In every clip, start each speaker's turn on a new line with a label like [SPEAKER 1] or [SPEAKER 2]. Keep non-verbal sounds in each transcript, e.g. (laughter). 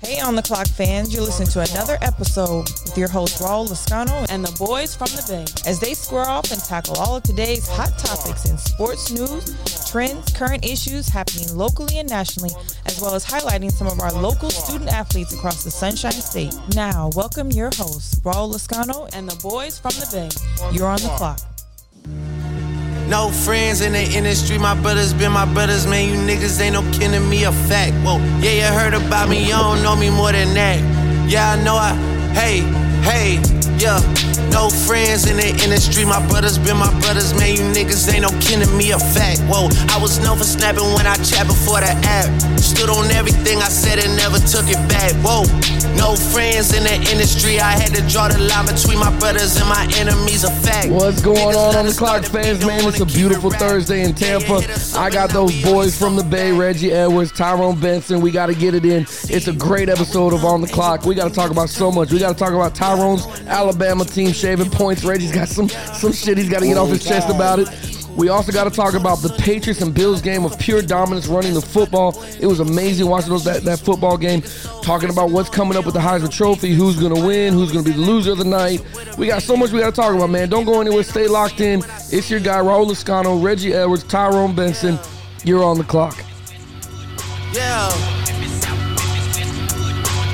[SPEAKER 1] Hey, On the Clock fans, you're listening to another episode with your host, Raul Lascano,
[SPEAKER 2] and the boys from the Bay.
[SPEAKER 1] as they square off and tackle all of today's hot topics in sports news, trends, current issues happening locally and nationally, as well as highlighting some of our local student athletes across the Sunshine State. Now, welcome your host, Raul Lascano, and
[SPEAKER 2] And the boys from the Bay.
[SPEAKER 1] you're on the clock.
[SPEAKER 3] No friends in the industry, my brothers been my brothers, man. You niggas ain't no kin to me, a fact. Whoa, yeah, you heard about me, you don't know me more than that. Yeah, I know I, hey, hey, yeah. No friends in the industry, my brothers been my brothers, man. You niggas ain't no kin to me, a fact. Whoa, I was known for snapping when I chat before the app. Stood on everything I said and never took it back. Whoa, no friends in the industry, I had to draw the line between my brothers and my enemies, a fact.
[SPEAKER 4] What's going on on the clock, fans? Man, it's a beautiful Thursday in Tampa. I got those boys from the Bay, Reggie Edwards, Tyrone Benson. We got to get it in. It's a great episode of On the Clock. We got to talk about so much. We got to talk about Tyrone's Alabama team shaving points. Reggie's got some some shit he's got to get off his chest about it. We also got to talk about the Patriots and Bills game of pure dominance running the football. It was amazing watching those that, that football game. Talking about what's coming up with the Heisman Trophy, who's going to win, who's going to be the loser of the night. We got so much we got to talk about, man. Don't go anywhere. Stay locked in. It's your guy, Raul Lascano, Reggie Edwards, Tyrone Benson. You're on the clock.
[SPEAKER 3] Yeah.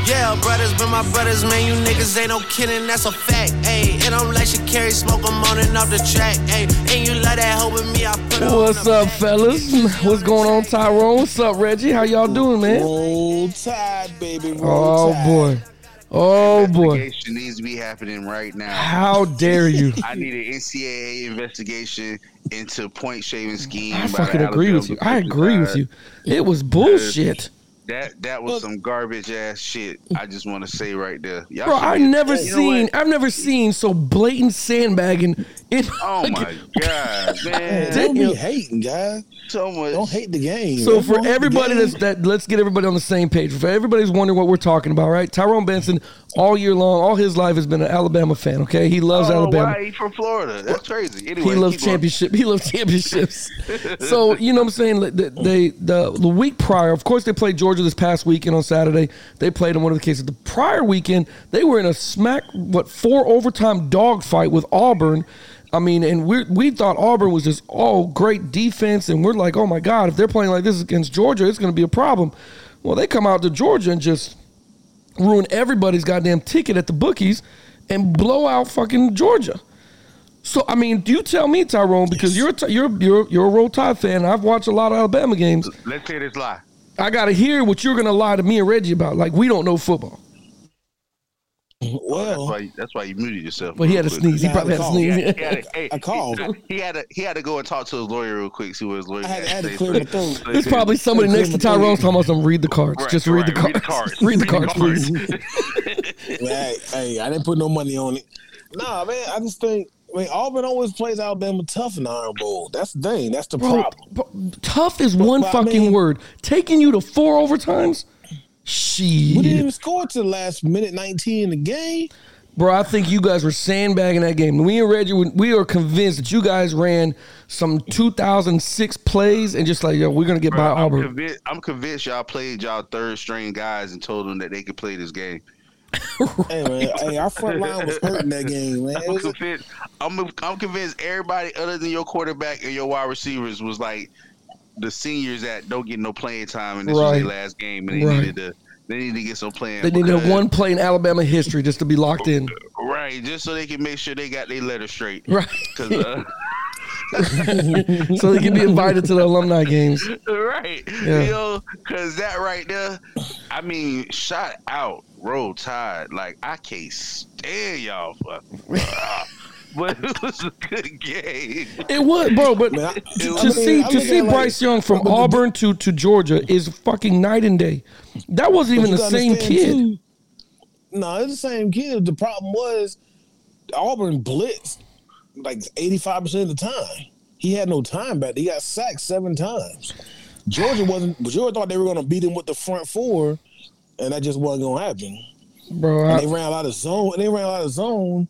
[SPEAKER 3] Yeah, brothers been my brothers, man. You niggas ain't no kidding, that's a fact. Ayy, it don't let you carry smoke, I'm on and off the track. Ayy, and you love that hoe with me, I put her on
[SPEAKER 4] What's
[SPEAKER 3] the
[SPEAKER 4] up,
[SPEAKER 3] back.
[SPEAKER 4] fellas? What's going on, Tyrone? What's up, Reggie? How y'all doing, man?
[SPEAKER 5] Roll Tide, baby. Roll
[SPEAKER 4] Oh,
[SPEAKER 5] Tide.
[SPEAKER 4] boy. Oh, boy.
[SPEAKER 6] investigation needs to be happening right now.
[SPEAKER 4] How dare you?
[SPEAKER 6] I need an NCAA investigation into point shaving scheme.
[SPEAKER 4] I
[SPEAKER 6] by the
[SPEAKER 4] fucking agree with you. I
[SPEAKER 6] Alabama
[SPEAKER 4] agree with you. It was bullshit.
[SPEAKER 6] That that was some garbage ass shit. I just want to say right there, Y'all
[SPEAKER 4] Bro,
[SPEAKER 6] should
[SPEAKER 4] I've
[SPEAKER 6] be-
[SPEAKER 4] never
[SPEAKER 6] You know what?
[SPEAKER 4] seen I've never seen so blatant sandbagging in (laughs)
[SPEAKER 6] Oh my (laughs) god, man!
[SPEAKER 5] Don't
[SPEAKER 4] Damn.
[SPEAKER 5] be hating, guys.
[SPEAKER 6] So much.
[SPEAKER 5] Don't hate the game.
[SPEAKER 4] So
[SPEAKER 5] Don't
[SPEAKER 4] for
[SPEAKER 5] hate the
[SPEAKER 4] everybody
[SPEAKER 5] game.
[SPEAKER 4] that's that let's get everybody on the same page. For everybody's wondering what we're talking about, right? Tyrone Benson all year long, all his life has been an Alabama fan, okay? He loves
[SPEAKER 6] Oh,
[SPEAKER 4] Alabama.
[SPEAKER 6] why he from Florida? That's crazy.
[SPEAKER 4] He
[SPEAKER 6] Anyway,
[SPEAKER 4] loves
[SPEAKER 6] keep going.
[SPEAKER 4] championship. He loves
[SPEAKER 6] (laughs)
[SPEAKER 4] championships. so you know what I'm saying. like, the- They the the week prior, of course, they played Georgia this past weekend on Saturday. They played in one of the cases. The prior weekend, they were in a smack what four overtime dogfight with Auburn. I mean, and we we thought Auburn was just all great defense, and we're like, oh my god, if they're playing like this against Georgia, it's going to be a problem. Well, they come out to Georgia and just ruin everybody's goddamn ticket at the bookies and blow out fucking Georgia. So I mean, you tell me, Tyrone, because you're a Ti- you're you're you're a roll tide fan. I've watched a lot of Alabama games.
[SPEAKER 6] Let's hear this lie.
[SPEAKER 4] I gotta hear what you're gonna lie to me and Reggie about. Like we don't know football,
[SPEAKER 6] That's
[SPEAKER 5] (laughs) well,
[SPEAKER 6] why. That's why you muted yourself.
[SPEAKER 4] but he had to
[SPEAKER 6] real quick.
[SPEAKER 4] sneeze. He
[SPEAKER 5] Nah,
[SPEAKER 4] probably had to
[SPEAKER 5] call.
[SPEAKER 4] sneeze.
[SPEAKER 6] He had to- hey,
[SPEAKER 5] I called.
[SPEAKER 6] He, he had to, he had to go and talk to his lawyer real quick. See what his lawyer
[SPEAKER 5] I had- I had to
[SPEAKER 6] say.
[SPEAKER 5] clear my throat.
[SPEAKER 4] (laughs) There's probably somebody next to Tyrone's talking about some read the cards.
[SPEAKER 6] Right,
[SPEAKER 4] Just read the
[SPEAKER 6] right. Read the
[SPEAKER 4] cards.
[SPEAKER 6] cards.
[SPEAKER 4] Read the
[SPEAKER 6] Read the
[SPEAKER 4] cards, please.
[SPEAKER 5] hey, hey, I didn't put no money on it. Nah, man, I just think. I mean, Auburn always plays Alabama tough in the Iron Bowl. That's the thing. That's the
[SPEAKER 4] Bro,
[SPEAKER 5] problem.
[SPEAKER 4] bro, tough is one
[SPEAKER 5] but I
[SPEAKER 4] fucking
[SPEAKER 5] mean-
[SPEAKER 4] word. Taking you to four overtimes.
[SPEAKER 5] We didn't even
[SPEAKER 4] Shit,
[SPEAKER 5] score to the last minute 19 in the game.
[SPEAKER 4] bro. I think you guys were sandbagging that game. We and Reggie, we are convinced that you guys ran some 2006 plays and just like, yo, we're gonna get
[SPEAKER 6] Bro,
[SPEAKER 4] by
[SPEAKER 6] I'm,
[SPEAKER 4] Auburn.
[SPEAKER 6] convinced, I'm convinced y'all played y'all third string guys and told them that they could play this game.
[SPEAKER 5] Hey, man, hey, our front line was hurting that game, man. It
[SPEAKER 6] I'm
[SPEAKER 5] was a-
[SPEAKER 6] convinced, I'm, I'm convinced everybody other than your quarterback and your wide receivers was like the seniors that don't get no playing time and this was
[SPEAKER 4] Right.
[SPEAKER 6] their last game and they
[SPEAKER 4] Right.
[SPEAKER 6] needed to they needed to get some playing.
[SPEAKER 4] They needed
[SPEAKER 6] because-
[SPEAKER 4] one play in Alabama history just to be locked in.
[SPEAKER 6] right just so they can make sure they got their letter straight.
[SPEAKER 4] Right.
[SPEAKER 6] 'Cause, uh,
[SPEAKER 4] So they can be invited to the alumni games.
[SPEAKER 6] right.
[SPEAKER 4] Yeah.
[SPEAKER 6] You know, cause that right there, I mean, shot out, roll tide. Like I can't stand y'all fuck. (laughs) but it was a good game.
[SPEAKER 4] It would, bro, but
[SPEAKER 5] Man, I-
[SPEAKER 4] (laughs) to,
[SPEAKER 5] I
[SPEAKER 4] to
[SPEAKER 5] mean,
[SPEAKER 4] see
[SPEAKER 5] I
[SPEAKER 4] to
[SPEAKER 5] look
[SPEAKER 4] see
[SPEAKER 5] at it like-
[SPEAKER 4] Bryce Young from Auburn to, to Georgia is fucking night and day. That wasn't even
[SPEAKER 5] But
[SPEAKER 4] the
[SPEAKER 5] you gotta
[SPEAKER 4] same
[SPEAKER 5] understand,
[SPEAKER 4] kid.
[SPEAKER 5] too, No, it's the same kid. The problem was Auburn blitzed like eighty five percent of the time. He had no time back. there. He got sacked seven times. Georgia wasn't. Georgia thought they were going to beat him with the front four, and that just wasn't going to happen.
[SPEAKER 4] Bro,
[SPEAKER 5] And they
[SPEAKER 4] I,
[SPEAKER 5] ran a lot of zone. And they ran a lot of zone,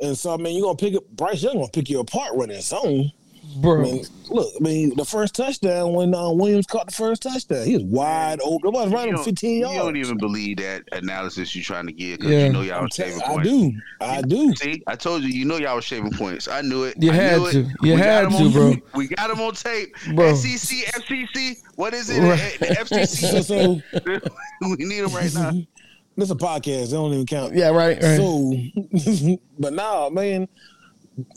[SPEAKER 5] and so I mean, you're going to pick up Bryce Young going to pick you apart running zone. I
[SPEAKER 4] bro.
[SPEAKER 5] mean, look, I mean, the first touchdown when uh, Williams caught the first touchdown, he was wide open. It was right
[SPEAKER 6] you
[SPEAKER 5] on
[SPEAKER 6] don't-
[SPEAKER 5] 15 yards.
[SPEAKER 6] You don't even believe that analysis you're trying to give because
[SPEAKER 4] Yeah.
[SPEAKER 6] you know y'all
[SPEAKER 5] I'm
[SPEAKER 6] was
[SPEAKER 5] telling
[SPEAKER 6] shaving
[SPEAKER 5] you, I
[SPEAKER 6] points.
[SPEAKER 5] do. I do.
[SPEAKER 6] (laughs) See, I told you, you know y'all was shaving points. I knew it.
[SPEAKER 4] You
[SPEAKER 6] I
[SPEAKER 4] had
[SPEAKER 6] knew it.
[SPEAKER 4] to. You
[SPEAKER 6] We got
[SPEAKER 4] had
[SPEAKER 6] him
[SPEAKER 4] to,
[SPEAKER 6] on-
[SPEAKER 4] bro.
[SPEAKER 6] We got him on tape. E
[SPEAKER 4] Bro.
[SPEAKER 6] SEC, FCC, what is it?
[SPEAKER 4] Right.
[SPEAKER 6] The
[SPEAKER 5] So,
[SPEAKER 6] FCC.
[SPEAKER 5] so
[SPEAKER 6] (laughs) we need him right now.
[SPEAKER 5] this is a podcast. It don't even count.
[SPEAKER 4] Yeah, right. right.
[SPEAKER 5] So, (laughs) but nah, man,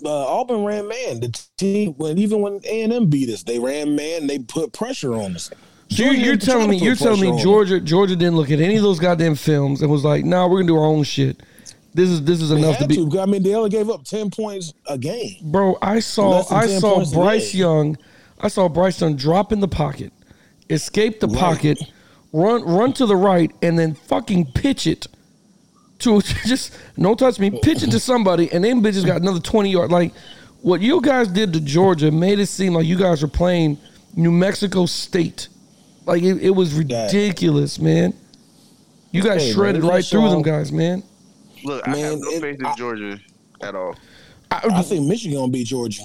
[SPEAKER 5] uh, Auburn ran man. The team, when even when A and M beat us, they ran man. They put pressure on us.
[SPEAKER 4] So you're, you're telling me you're telling me Georgia Georgia didn't look at any of those goddamn films and was like, nah, we're gonna do our own shit. This is this is enough
[SPEAKER 5] enough
[SPEAKER 4] to be
[SPEAKER 5] I mean, they only gave up ten points a game.
[SPEAKER 4] Bro, I saw
[SPEAKER 5] Less than
[SPEAKER 4] I
[SPEAKER 5] 10
[SPEAKER 4] saw
[SPEAKER 5] points a
[SPEAKER 4] Bryce
[SPEAKER 5] game.
[SPEAKER 4] Young, I saw Bryce Young drop in the pocket, escape the
[SPEAKER 5] Right.
[SPEAKER 4] pocket, run run to the right, and then fucking pitch it to (laughs) just no touch me, pitch it to somebody, and then bitches got another twenty yard. Like what you guys did to Georgia made it seem like you guys were playing New Mexico State. Like it, it was ridiculous, man. You guys
[SPEAKER 5] Hey, man, um,
[SPEAKER 4] shredded
[SPEAKER 5] we
[SPEAKER 4] right
[SPEAKER 5] saw-
[SPEAKER 4] through them guys, man.
[SPEAKER 6] Look, I
[SPEAKER 5] Man,
[SPEAKER 6] have no
[SPEAKER 5] it-
[SPEAKER 6] faith in
[SPEAKER 5] I-
[SPEAKER 6] Georgia at all.
[SPEAKER 5] I
[SPEAKER 4] I,
[SPEAKER 5] think Michigan gonna beat Georgia.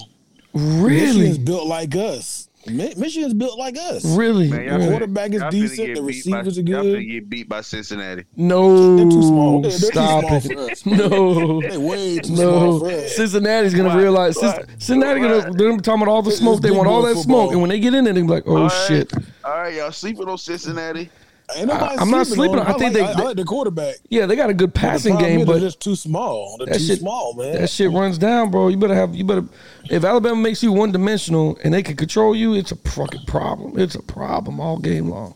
[SPEAKER 5] Michigan's
[SPEAKER 4] really,
[SPEAKER 5] built like us. Mi- Michigan's built like us.
[SPEAKER 4] really,
[SPEAKER 6] Man,
[SPEAKER 4] really.
[SPEAKER 6] finna-
[SPEAKER 5] quarterback is
[SPEAKER 6] y'all finna
[SPEAKER 5] decent,
[SPEAKER 6] get
[SPEAKER 5] the
[SPEAKER 6] beat by-
[SPEAKER 5] receivers are
[SPEAKER 6] Y'all
[SPEAKER 5] good.
[SPEAKER 6] finna get beat by Cincinnati.
[SPEAKER 4] No,
[SPEAKER 5] They're too small. They're, they're
[SPEAKER 4] stop
[SPEAKER 5] too
[SPEAKER 4] it.
[SPEAKER 5] small for
[SPEAKER 4] (laughs)
[SPEAKER 5] us. (laughs)
[SPEAKER 4] No,
[SPEAKER 5] They way too small for
[SPEAKER 4] no.
[SPEAKER 5] us.
[SPEAKER 4] Cincinnati's gonna
[SPEAKER 6] Why?
[SPEAKER 4] realize.
[SPEAKER 6] Why?
[SPEAKER 4] Cincinnati gonna. They're gonna be talking about all the
[SPEAKER 5] This is
[SPEAKER 4] smoke. They
[SPEAKER 5] big
[SPEAKER 4] want all
[SPEAKER 5] boy
[SPEAKER 4] that
[SPEAKER 5] football.
[SPEAKER 4] smoke, and when they get in there, they be like, "Oh
[SPEAKER 6] All right.
[SPEAKER 4] shit."
[SPEAKER 6] All right, y'all sleeping on Cincinnati.
[SPEAKER 5] Ain't nobody
[SPEAKER 4] I- I'm not sleeping
[SPEAKER 5] on
[SPEAKER 4] on- I
[SPEAKER 5] them.
[SPEAKER 4] think
[SPEAKER 5] like,
[SPEAKER 4] they-
[SPEAKER 5] I like the quarterback.
[SPEAKER 4] Yeah, they got a good
[SPEAKER 5] The
[SPEAKER 4] passing
[SPEAKER 5] problem
[SPEAKER 4] game,
[SPEAKER 5] is they're
[SPEAKER 4] but
[SPEAKER 5] just too small. They're
[SPEAKER 4] that
[SPEAKER 5] too
[SPEAKER 4] shit-
[SPEAKER 5] small, man.
[SPEAKER 4] that shit runs down, bro. You better have. You better. If Alabama makes you one dimensional and they can control you, it's a fucking problem. It's a problem all game long.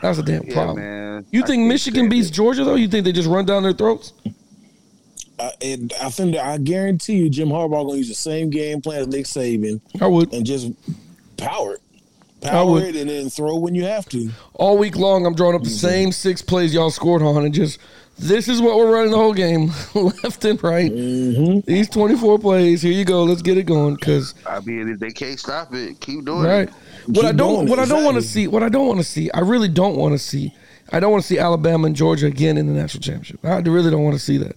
[SPEAKER 4] That's a damn
[SPEAKER 6] Yeah,
[SPEAKER 4] problem.
[SPEAKER 6] man.
[SPEAKER 4] You
[SPEAKER 6] I
[SPEAKER 4] think
[SPEAKER 6] can't
[SPEAKER 4] Michigan
[SPEAKER 6] stand
[SPEAKER 4] beats
[SPEAKER 6] it.
[SPEAKER 4] Georgia though? You think they just run down their throats?
[SPEAKER 5] I, and I think that I guarantee you, Jim Harbaugh gonna use the same game plan as Nick Saban
[SPEAKER 4] I would.
[SPEAKER 5] and just power it,
[SPEAKER 4] I
[SPEAKER 5] power
[SPEAKER 4] would-
[SPEAKER 5] it, and then throw when you have to.
[SPEAKER 4] all week long I'm drawing up the same six plays y'all scored on and just this is what we're running the whole game (laughs) left and right. These 24 plays, here you go. Let's get it going cuz
[SPEAKER 6] I mean, if they can't stop it, keep doing
[SPEAKER 4] right.
[SPEAKER 6] it.
[SPEAKER 4] What I don't
[SPEAKER 5] going,
[SPEAKER 4] what I don't want to
[SPEAKER 5] exactly.
[SPEAKER 4] see, what I don't want to see, I really don't want to see. I don't want to see Alabama and Georgia again in the national championship. I really don't want to see that.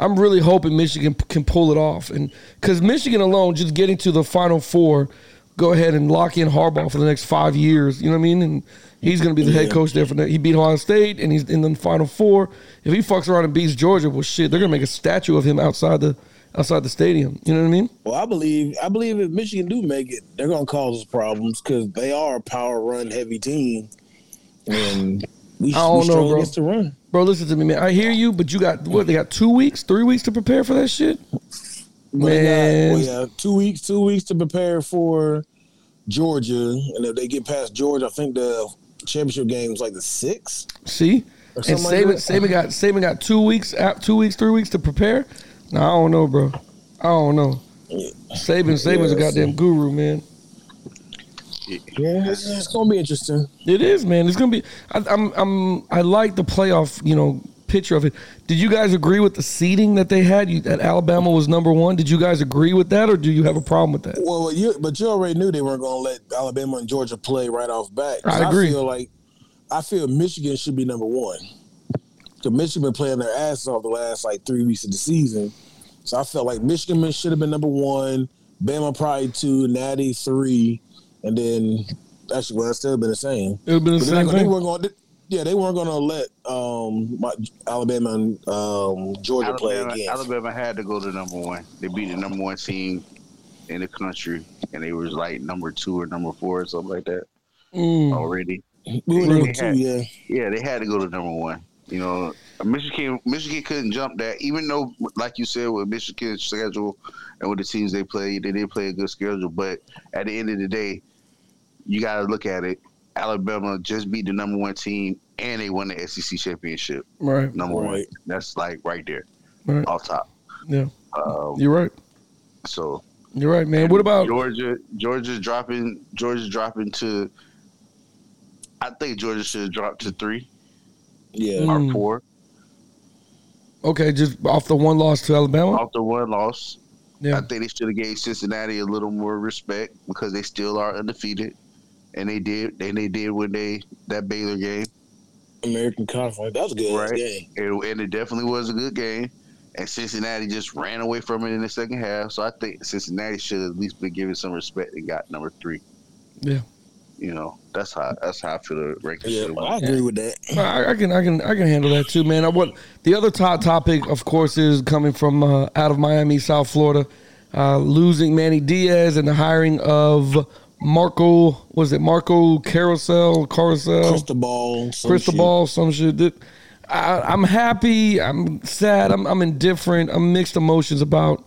[SPEAKER 4] I'm really hoping Michigan p- can pull it off and cuz Michigan alone just getting to the final four go ahead and lock in Harbaugh for the next 5 years, you know what I mean? And he's going to be the head
[SPEAKER 5] Yeah.
[SPEAKER 4] coach there for that. He beat Ohio State and he's in the final four. If he fucks around and beats Georgia, well shit, they're going to make a statue of him outside the outside the stadium. You know what I mean?
[SPEAKER 5] Well, I believe I believe if Michigan do make it, they're gonna cause us problems because they are a power run heavy team, and
[SPEAKER 4] (sighs)
[SPEAKER 5] we,
[SPEAKER 4] I don't
[SPEAKER 5] we
[SPEAKER 4] know,
[SPEAKER 5] struggle
[SPEAKER 4] bro.
[SPEAKER 5] against the run.
[SPEAKER 4] Bro, listen to me, man. I hear you, but you got what? They got two weeks, three weeks to prepare for that shit.
[SPEAKER 5] But they got,
[SPEAKER 4] Man.
[SPEAKER 5] well, yeah, two weeks, two weeks to prepare for Georgia, and if they get past Georgia, I think the championship game is like the sixth.
[SPEAKER 4] See, and
[SPEAKER 5] something like
[SPEAKER 4] Saban,
[SPEAKER 5] that.
[SPEAKER 4] Saban got Saban got two weeks, out, two weeks, three weeks to prepare. No, I don't know, bro. I don't know. Saban, Saban's a
[SPEAKER 5] Yeah,
[SPEAKER 4] goddamn guru, man.
[SPEAKER 5] Yeah, it's, it's gonna be interesting.
[SPEAKER 4] It is, man. It's gonna be. I, I'm, I'm. I like the playoff, you know, picture of it. Did you guys agree with the seeding that they had? You, that Alabama was number one. Did you guys agree with that, or do you have a problem with that?
[SPEAKER 5] Well, you but you already knew they weren't gonna let Alabama and Georgia play right off bat.
[SPEAKER 4] I agree.
[SPEAKER 5] feel like I feel Michigan should be number one. Because Michigan been playing their ass off the last like three weeks of the season, so I felt like Michigan should have been number one. Bama probably two, Natty three, and then actually, well, that's still been the same.
[SPEAKER 4] It would have been the
[SPEAKER 5] But they're not
[SPEAKER 4] same
[SPEAKER 5] gonna- they
[SPEAKER 4] thing.
[SPEAKER 5] weren't gonna. Yeah, they weren't gonna let um, my, Alabama and um, Georgia play
[SPEAKER 6] Alabama,
[SPEAKER 5] again.
[SPEAKER 6] Alabama had to go to number one. They beat the number one team in the country, and they was like number two or number four or something like that
[SPEAKER 4] Mm.
[SPEAKER 6] already.
[SPEAKER 5] We were
[SPEAKER 6] Really
[SPEAKER 5] number two,
[SPEAKER 6] had-
[SPEAKER 5] yeah.
[SPEAKER 6] Yeah, they had to go to number one. You know, Michigan Michigan couldn't jump that, even though, like you said, with Michigan's schedule and with the teams they played, they did play a good schedule. But at the end of the day, you got to look at it. Alabama just beat the number one team, and they won the SEC championship.
[SPEAKER 4] Right.
[SPEAKER 6] Number one.
[SPEAKER 5] Right.
[SPEAKER 6] That's like right there,
[SPEAKER 4] Right.
[SPEAKER 6] off top.
[SPEAKER 4] Yeah.
[SPEAKER 6] Um,
[SPEAKER 4] You're right.
[SPEAKER 6] so
[SPEAKER 4] You're right, man. What about?
[SPEAKER 6] Georgia? Georgia dropping. Georgia dropping to. I think Georgia should drop to three
[SPEAKER 5] Yeah.
[SPEAKER 6] or
[SPEAKER 4] Mm.
[SPEAKER 6] four
[SPEAKER 4] Okay, just off the one loss to Alabama.
[SPEAKER 6] after one loss. I
[SPEAKER 4] Yeah.
[SPEAKER 6] think they should have gave Cincinnati a little more respect because they still are undefeated, and they did. And they did when they that Baylor game,
[SPEAKER 5] American Conference. That was a good
[SPEAKER 6] Right.
[SPEAKER 5] game.
[SPEAKER 6] and, and it definitely was a good game. and Cincinnati just ran away from it in the second half. So I think Cincinnati should at least be given some respect and got number three.
[SPEAKER 4] Yeah.
[SPEAKER 6] You know, that's how that's how I feel the ranking
[SPEAKER 5] Yeah,
[SPEAKER 6] should
[SPEAKER 5] I
[SPEAKER 6] have
[SPEAKER 5] agree with that.
[SPEAKER 4] I, I can I can I can handle that too, man. I, what the other top topic, of course, is coming from uh, out of Miami, South Florida, uh, losing Manny Diaz and the hiring of Marco. Was it Marco Carousel? Carousel?
[SPEAKER 5] Crystal ball. some
[SPEAKER 4] Crystal
[SPEAKER 5] shit.
[SPEAKER 4] Ball? Some shit. That, I, I'm happy. I'm sad. I'm, I'm indifferent. I'm mixed emotions about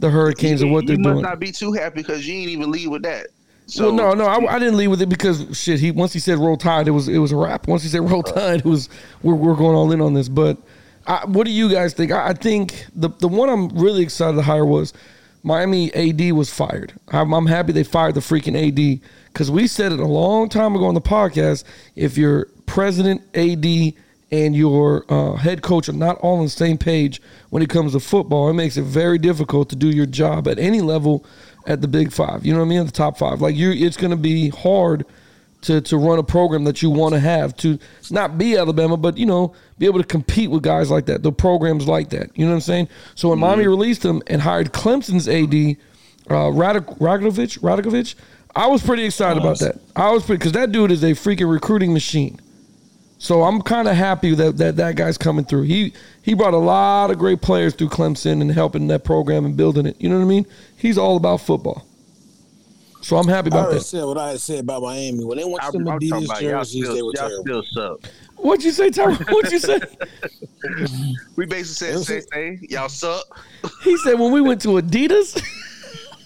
[SPEAKER 4] the Hurricanes and what
[SPEAKER 6] you
[SPEAKER 4] they're
[SPEAKER 6] must
[SPEAKER 4] doing.
[SPEAKER 6] not be too happy because you ain't even leave with that. So
[SPEAKER 4] well, no, no, I, I didn't leave with it because shit. He once he said roll tide, it was it was a wrap. Once he said roll tide, it was we're, we're going all in on this. But I, what do you guys think? I, I think the the one I'm really excited to hire was Miami AD was fired. I'm, I'm happy they fired the freaking AD because we said it a long time ago on the podcast. If your president AD and your uh, head coach are not all on the same page when it comes to football, it makes it very difficult to do your job at any level at the big five. You know what I mean? At the top five. Like you it's gonna be hard to to run a program that you wanna have to not be Alabama, but you know, be able to compete with guys like that, the programs like that. You know what I'm saying? So when Miami released him and hired Clemson's AD, uh Radik- Radakovich, Radakovich, I was pretty excited about that. I was pretty because that dude is a freaking recruiting machine. So I'm kind of happy that, that that guy's coming through. He he brought a lot of great players through Clemson and helping that program and building it. You know what I mean? He's all about football. So I'm happy
[SPEAKER 5] I
[SPEAKER 4] about
[SPEAKER 5] already
[SPEAKER 4] that.
[SPEAKER 5] said what I had said about Miami. When they went
[SPEAKER 6] I,
[SPEAKER 5] to
[SPEAKER 6] am
[SPEAKER 5] them
[SPEAKER 6] talking
[SPEAKER 5] Adidas
[SPEAKER 6] about y'all
[SPEAKER 5] jerseys,
[SPEAKER 6] still,
[SPEAKER 5] they were
[SPEAKER 6] y'all
[SPEAKER 5] terrible.
[SPEAKER 6] still suck.
[SPEAKER 4] What'd you say, Tyron? (laughs) What'd you say?
[SPEAKER 6] We basically said
[SPEAKER 5] That's
[SPEAKER 6] same
[SPEAKER 5] it.
[SPEAKER 6] thing. Y'all suck.
[SPEAKER 4] He said when we went to Adidas.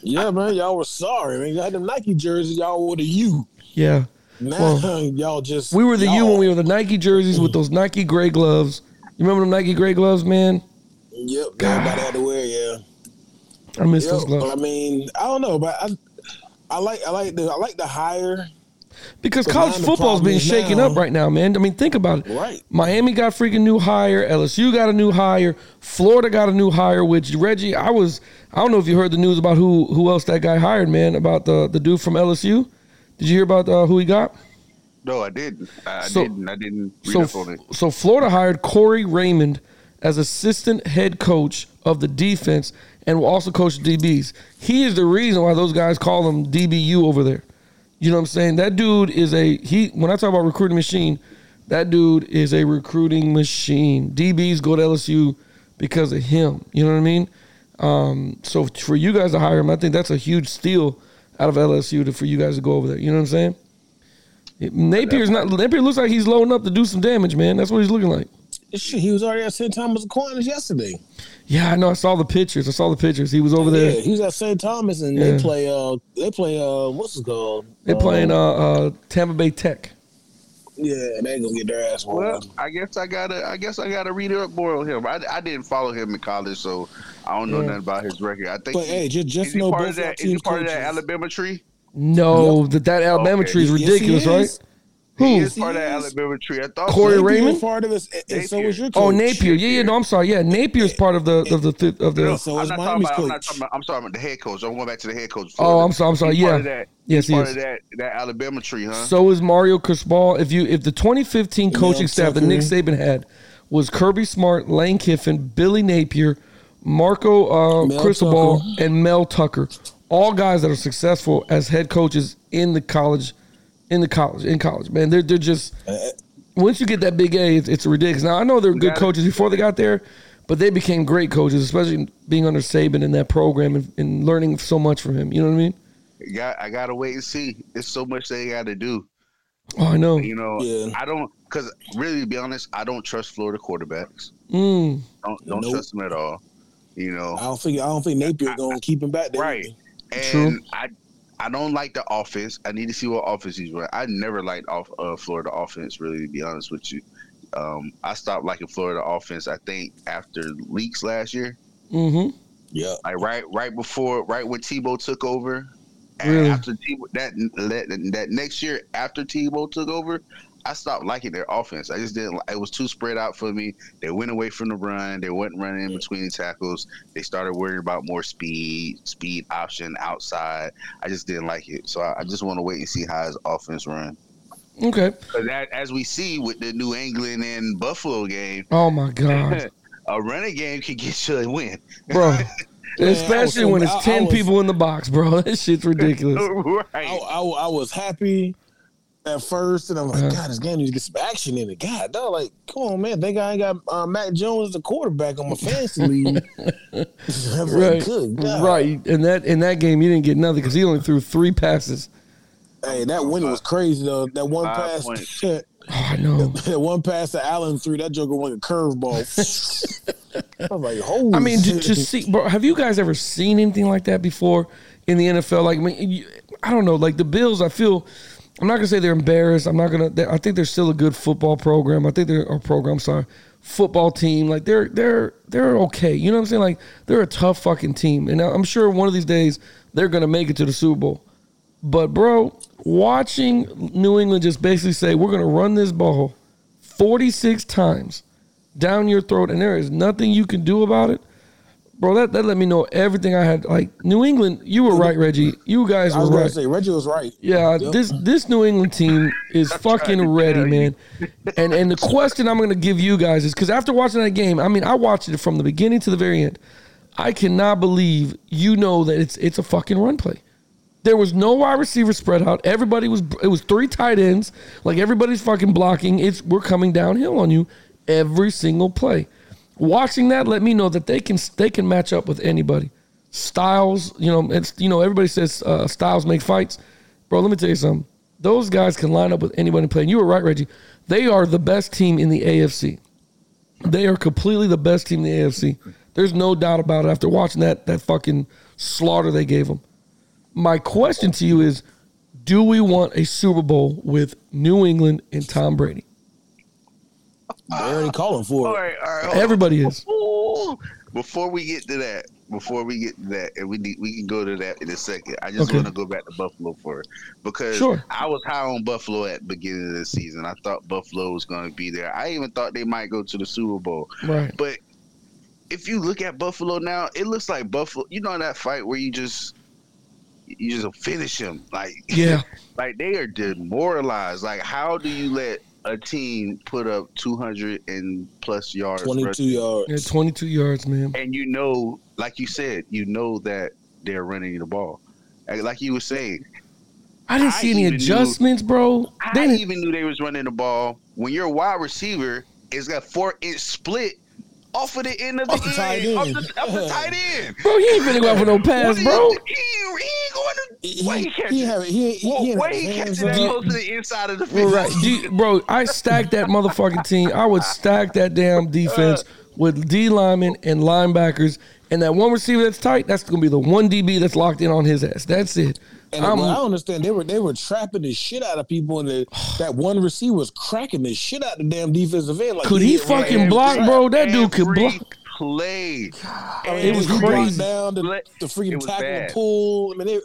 [SPEAKER 5] Yeah, man, y'all were sorry. Man, y'all had them Nike jerseys. Y'all were the U.
[SPEAKER 4] (laughs) yeah,
[SPEAKER 5] Now
[SPEAKER 4] Well,
[SPEAKER 5] (laughs) y'all just
[SPEAKER 4] we were the U
[SPEAKER 5] y'all-
[SPEAKER 4] when we were the Nike jerseys with those Nike gray gloves. You remember the Nike gray gloves, man?
[SPEAKER 5] Yep, everybody had to wear. Yeah,
[SPEAKER 4] I miss
[SPEAKER 5] yep.
[SPEAKER 4] those
[SPEAKER 5] But I
[SPEAKER 4] gloves
[SPEAKER 5] mean, I don't know, but I, I like, I like the, I like the higher.
[SPEAKER 4] because
[SPEAKER 5] but
[SPEAKER 4] college
[SPEAKER 5] now the
[SPEAKER 4] football's
[SPEAKER 5] problem
[SPEAKER 4] been
[SPEAKER 5] is
[SPEAKER 4] shaken
[SPEAKER 5] now-
[SPEAKER 4] up right now, man. I mean, think about it.
[SPEAKER 5] Right.
[SPEAKER 4] Miami got freaking new hire. LSU got a new hire. Florida got a new hire. Which Reggie, I was I don't know if you heard the news about who who else that guy hired, man. About the the dude from LSU. Did you hear about uh, who he got?
[SPEAKER 6] No, I didn't. I
[SPEAKER 4] So-
[SPEAKER 6] didn't. I didn't read up on
[SPEAKER 4] So
[SPEAKER 6] it.
[SPEAKER 4] so Florida hired Corey Raymond as assistant head coach of the defense and will also coach DBs. He is the reason why those guys call him DBU over there. You know what I'm saying? That dude is a he. When I talk about recruiting machine, that dude is a recruiting machine. DBs go to LSU because of him. You know what I mean? Um, so for you guys to hire him, I think that's a huge steal out of LSU to, for you guys to go over there. You know what I'm saying? It- Napier's not. Napier looks like he's loading up to do some damage, man. That's what he's looking like.
[SPEAKER 5] Shit, he was already at St. Thomas Aquinas yesterday.
[SPEAKER 4] Yeah, I know. I saw the pictures. I saw the pictures. He was over there.
[SPEAKER 5] Yeah, he was at St. Thomas, and
[SPEAKER 4] Yeah.
[SPEAKER 5] they play. Uh, they play. Uh, what's it called? Um,
[SPEAKER 4] They're playing uh, uh, Tampa Bay Tech.
[SPEAKER 5] Yeah, they gonna get their ass whooped.
[SPEAKER 6] Well, I guess I gotta. I guess I gotta read up more on him. I, I didn't follow him in college, so I don't know
[SPEAKER 4] Yeah.
[SPEAKER 6] nothing about his record. I think.
[SPEAKER 5] But, hey, ju- just
[SPEAKER 6] is he
[SPEAKER 5] know
[SPEAKER 6] part
[SPEAKER 5] both
[SPEAKER 6] of
[SPEAKER 5] our
[SPEAKER 6] that. Is he
[SPEAKER 5] team's
[SPEAKER 6] part of that
[SPEAKER 5] coaches-
[SPEAKER 6] Alabama tree?
[SPEAKER 4] No, that that Alabama
[SPEAKER 6] Okay.
[SPEAKER 4] tree is
[SPEAKER 5] Yes, he
[SPEAKER 4] ridiculous,
[SPEAKER 5] is.
[SPEAKER 4] right?
[SPEAKER 6] He
[SPEAKER 4] Who?
[SPEAKER 6] is part of that Alabama tree. I thought.
[SPEAKER 4] Corey
[SPEAKER 5] Napier
[SPEAKER 4] Raymond?
[SPEAKER 5] was part of it, and- and so
[SPEAKER 6] Napier.
[SPEAKER 5] was your coach.
[SPEAKER 4] Oh, Napier. Yeah, yeah. No, I'm sorry. Yeah, Napier's part of the of the thi- of
[SPEAKER 6] No,
[SPEAKER 4] the.
[SPEAKER 5] so
[SPEAKER 6] I'm
[SPEAKER 5] is
[SPEAKER 6] not
[SPEAKER 5] Miami's
[SPEAKER 6] talking about. I'm not
[SPEAKER 5] coach.
[SPEAKER 6] talking about. I'm sorry about the head coach. I'm going back to the head coach.
[SPEAKER 4] Oh, I'm sorry. I'm sorry.
[SPEAKER 6] He's part of
[SPEAKER 4] Yeah.
[SPEAKER 6] that-
[SPEAKER 4] Yes, he
[SPEAKER 6] part of
[SPEAKER 4] is.
[SPEAKER 6] that that Alabama tree, huh?
[SPEAKER 4] So is Mario Cristobal. If you if the 2015 coaching staff that Nick Saban had was Kirby Smart, Lane Kiffin, Billy Napier, Marco uh,
[SPEAKER 5] Mel
[SPEAKER 4] Cristobal,
[SPEAKER 5] Tucker.
[SPEAKER 4] and Mel Tucker, all guys that are successful as head coaches in the college, in the college, in college, man, they're they're just
[SPEAKER 5] Uh,
[SPEAKER 4] once you get that big A, it's, it's ridiculous. Now I know they're good
[SPEAKER 6] got it.
[SPEAKER 4] coaches before they got there, but they became great coaches, especially being under Saban in that program and, and learning so much from him. You know what I mean?
[SPEAKER 6] Got, I gotta wait and see. It's so much they gotta do.
[SPEAKER 4] Oh, I know.
[SPEAKER 6] You know,
[SPEAKER 5] Yeah.
[SPEAKER 6] I don't because really to be honest, I don't trust Florida quarterbacks.
[SPEAKER 4] Mm.
[SPEAKER 6] Don't don't
[SPEAKER 5] Nope. Uh,
[SPEAKER 6] trust them at all. You know,
[SPEAKER 5] I don't think I don't think Napier gonna keep him back there.
[SPEAKER 6] right? And
[SPEAKER 4] True.
[SPEAKER 6] I I don't like the offense. I need to see what offense he's running. I never liked off uh, Florida offense. Really, to be honest with you, um, I stopped liking Florida offense. I think after leaks last year,
[SPEAKER 4] Mm-hmm.
[SPEAKER 5] Yeah.
[SPEAKER 6] like right right before right when Tebow took over.
[SPEAKER 4] Really?
[SPEAKER 6] And after Tebow, that, that that next year after Tebow took over, I stopped liking their offense. I just didn't. li- It was too spread out for me. They went away from the run. They wasn't running in between the tackles. They started worrying about more speed, speed option outside. I just didn't like it. So I, I just want to wait and see how his offense run.
[SPEAKER 4] Okay.
[SPEAKER 6] Because as we see with the New England and Buffalo game,
[SPEAKER 4] Oh my God.
[SPEAKER 6] (laughs) a running game can get you a win.
[SPEAKER 5] (laughs)
[SPEAKER 4] bro.
[SPEAKER 5] I
[SPEAKER 4] Especially
[SPEAKER 5] was-
[SPEAKER 4] when it's
[SPEAKER 5] I- I
[SPEAKER 4] ten
[SPEAKER 5] was-
[SPEAKER 4] people in the box, bro. (laughs) That shit's
[SPEAKER 5] (laughs)
[SPEAKER 4] ridiculous.
[SPEAKER 5] I,
[SPEAKER 6] (laughs) right.
[SPEAKER 5] I, I was happy at first, and I'm like, God, this game needs to get some action in it. God, dog, like, come on, man. Think I ain't got uh, Mac Jones as the quarterback on
[SPEAKER 4] (laughs)
[SPEAKER 5] my fantasy league. (laughs) I'm like,
[SPEAKER 4] Right,
[SPEAKER 5] good God.
[SPEAKER 4] right. And that in that game, you didn't get nothing because he only threw three passes.
[SPEAKER 5] Hey, that win was crazy though. That one
[SPEAKER 6] Five
[SPEAKER 5] pass,
[SPEAKER 6] points.
[SPEAKER 5] (laughs) that
[SPEAKER 4] Oh, I know.
[SPEAKER 5] one pass that Allen threw, that joker went a
[SPEAKER 6] (laughs)
[SPEAKER 5] curveball. I was like, holy.
[SPEAKER 4] I mean,
[SPEAKER 5] shit.
[SPEAKER 4] just, just see, bro. Have you guys ever seen anything like that before in the NFL? Like, I, mean, you, I don't know. Like the Bills, I feel. I'm not gonna say they're embarrassed. I'm not gonna. They, I think they're still a good football program. I think they're a program. Sorry, football team. Like they're they're they're okay. You know what I'm saying? Like they're a tough fucking team, and I'm sure one of these days they're gonna make it to the Super Bowl. But bro, watching New England just basically say we're gonna run this ball 46 times down your throat, and there is nothing you can do about it, bro. That that let me know everything I had. Like New England, you were right, Reggie. You guys
[SPEAKER 5] I
[SPEAKER 4] were
[SPEAKER 5] was gonna
[SPEAKER 4] right.
[SPEAKER 5] say Reggie was right.
[SPEAKER 4] Yeah,
[SPEAKER 5] Yep.
[SPEAKER 4] this this New England team is fucking ready,
[SPEAKER 6] tell
[SPEAKER 4] man. And and the question I'm going to give you guys is because after watching that game, I mean, I watched it from the beginning to the very end. I cannot believe you know that it's it's a fucking run play. There was no wide receiver spread out. Everybody was it was three tight ends. Like everybody's fucking blocking. It's we're coming downhill on you every single play. Watching that let me know that they can they can match up with anybody. Styles, you know, it's you know everybody says uh, styles make fights. Bro, let me tell you something. Those guys can line up with anybody playing. You were right, Reggie. They are the best team in the AFC. They are completely the best team in the AFC. There's no doubt about it. After watching that that fucking slaughter they gave them, my question to you is: Do we want a Super Bowl with New England and Tom Brady?
[SPEAKER 5] They already calling
[SPEAKER 6] All
[SPEAKER 5] for it.
[SPEAKER 6] right, all right. hold on.
[SPEAKER 4] Everybody is.
[SPEAKER 6] Ooh. Before we get to that, before we get to that, and we need, we can go to that in a second. I just
[SPEAKER 4] Okay.
[SPEAKER 6] want to go back to Buffalo for it because
[SPEAKER 4] Sure.
[SPEAKER 6] I was high on Buffalo at the beginning of the season. I thought Buffalo was going to be there. I even thought they might go to the Super Bowl.
[SPEAKER 4] Right.
[SPEAKER 6] But if you look at Buffalo now, it looks like Buffalo. You know that fight where you just you just finish him like (laughs)
[SPEAKER 4] Yeah.
[SPEAKER 6] like they are demoralized. Like how do you let a team put up two hundred and plus yards
[SPEAKER 5] Twenty two
[SPEAKER 6] rushing?
[SPEAKER 4] Yeah,
[SPEAKER 5] yards.
[SPEAKER 4] 22 yards, man.
[SPEAKER 6] and you know, like you said, you know that they're running the ball. Like- Like you were saying,
[SPEAKER 4] I didn't
[SPEAKER 6] I
[SPEAKER 4] see any
[SPEAKER 6] even knew-
[SPEAKER 4] adjustments, bro. They
[SPEAKER 6] I
[SPEAKER 4] didn't-
[SPEAKER 6] even knew they was running the ball. When your wide receiver is got four inch split off of the end of the,
[SPEAKER 5] Off the tight
[SPEAKER 6] end, off
[SPEAKER 5] end.
[SPEAKER 6] the, off the tight end.
[SPEAKER 4] bro, he ain't finna go out for no
[SPEAKER 6] What
[SPEAKER 4] pass,
[SPEAKER 6] do
[SPEAKER 4] bro.
[SPEAKER 6] you- He, he ain't going to.
[SPEAKER 5] He,
[SPEAKER 6] why he
[SPEAKER 5] he,
[SPEAKER 6] catch
[SPEAKER 5] he
[SPEAKER 6] it?
[SPEAKER 5] have he, he,
[SPEAKER 6] Why
[SPEAKER 5] he,
[SPEAKER 6] why he
[SPEAKER 5] he
[SPEAKER 6] catching
[SPEAKER 5] hands
[SPEAKER 6] that
[SPEAKER 5] up.
[SPEAKER 6] close to the inside of the
[SPEAKER 4] Well,
[SPEAKER 6] field?
[SPEAKER 4] right, Do you- bro. I stacked that motherfucking team. I would stack that damn defense with D linemen and linebackers, and that one receiver that's tight. That's gonna be the one DB that's locked in on his ass. That's it.
[SPEAKER 5] And uh,
[SPEAKER 4] I'm-
[SPEAKER 5] well, I understand they were they were trapping the shit out of people, and the, that one receiver was cracking the shit out the damn defensive end. Like
[SPEAKER 4] Could he
[SPEAKER 5] hit right
[SPEAKER 4] fucking
[SPEAKER 5] every
[SPEAKER 4] block,
[SPEAKER 5] time.
[SPEAKER 4] bro? That dude could
[SPEAKER 6] Every
[SPEAKER 4] block.
[SPEAKER 6] Play.
[SPEAKER 5] I mean,
[SPEAKER 4] It was
[SPEAKER 5] he blocked
[SPEAKER 4] crazy.
[SPEAKER 5] Down the,
[SPEAKER 6] Ble-
[SPEAKER 5] the
[SPEAKER 6] it
[SPEAKER 5] freaking
[SPEAKER 6] was
[SPEAKER 5] tackle
[SPEAKER 6] bad.
[SPEAKER 5] pool. I mean, they,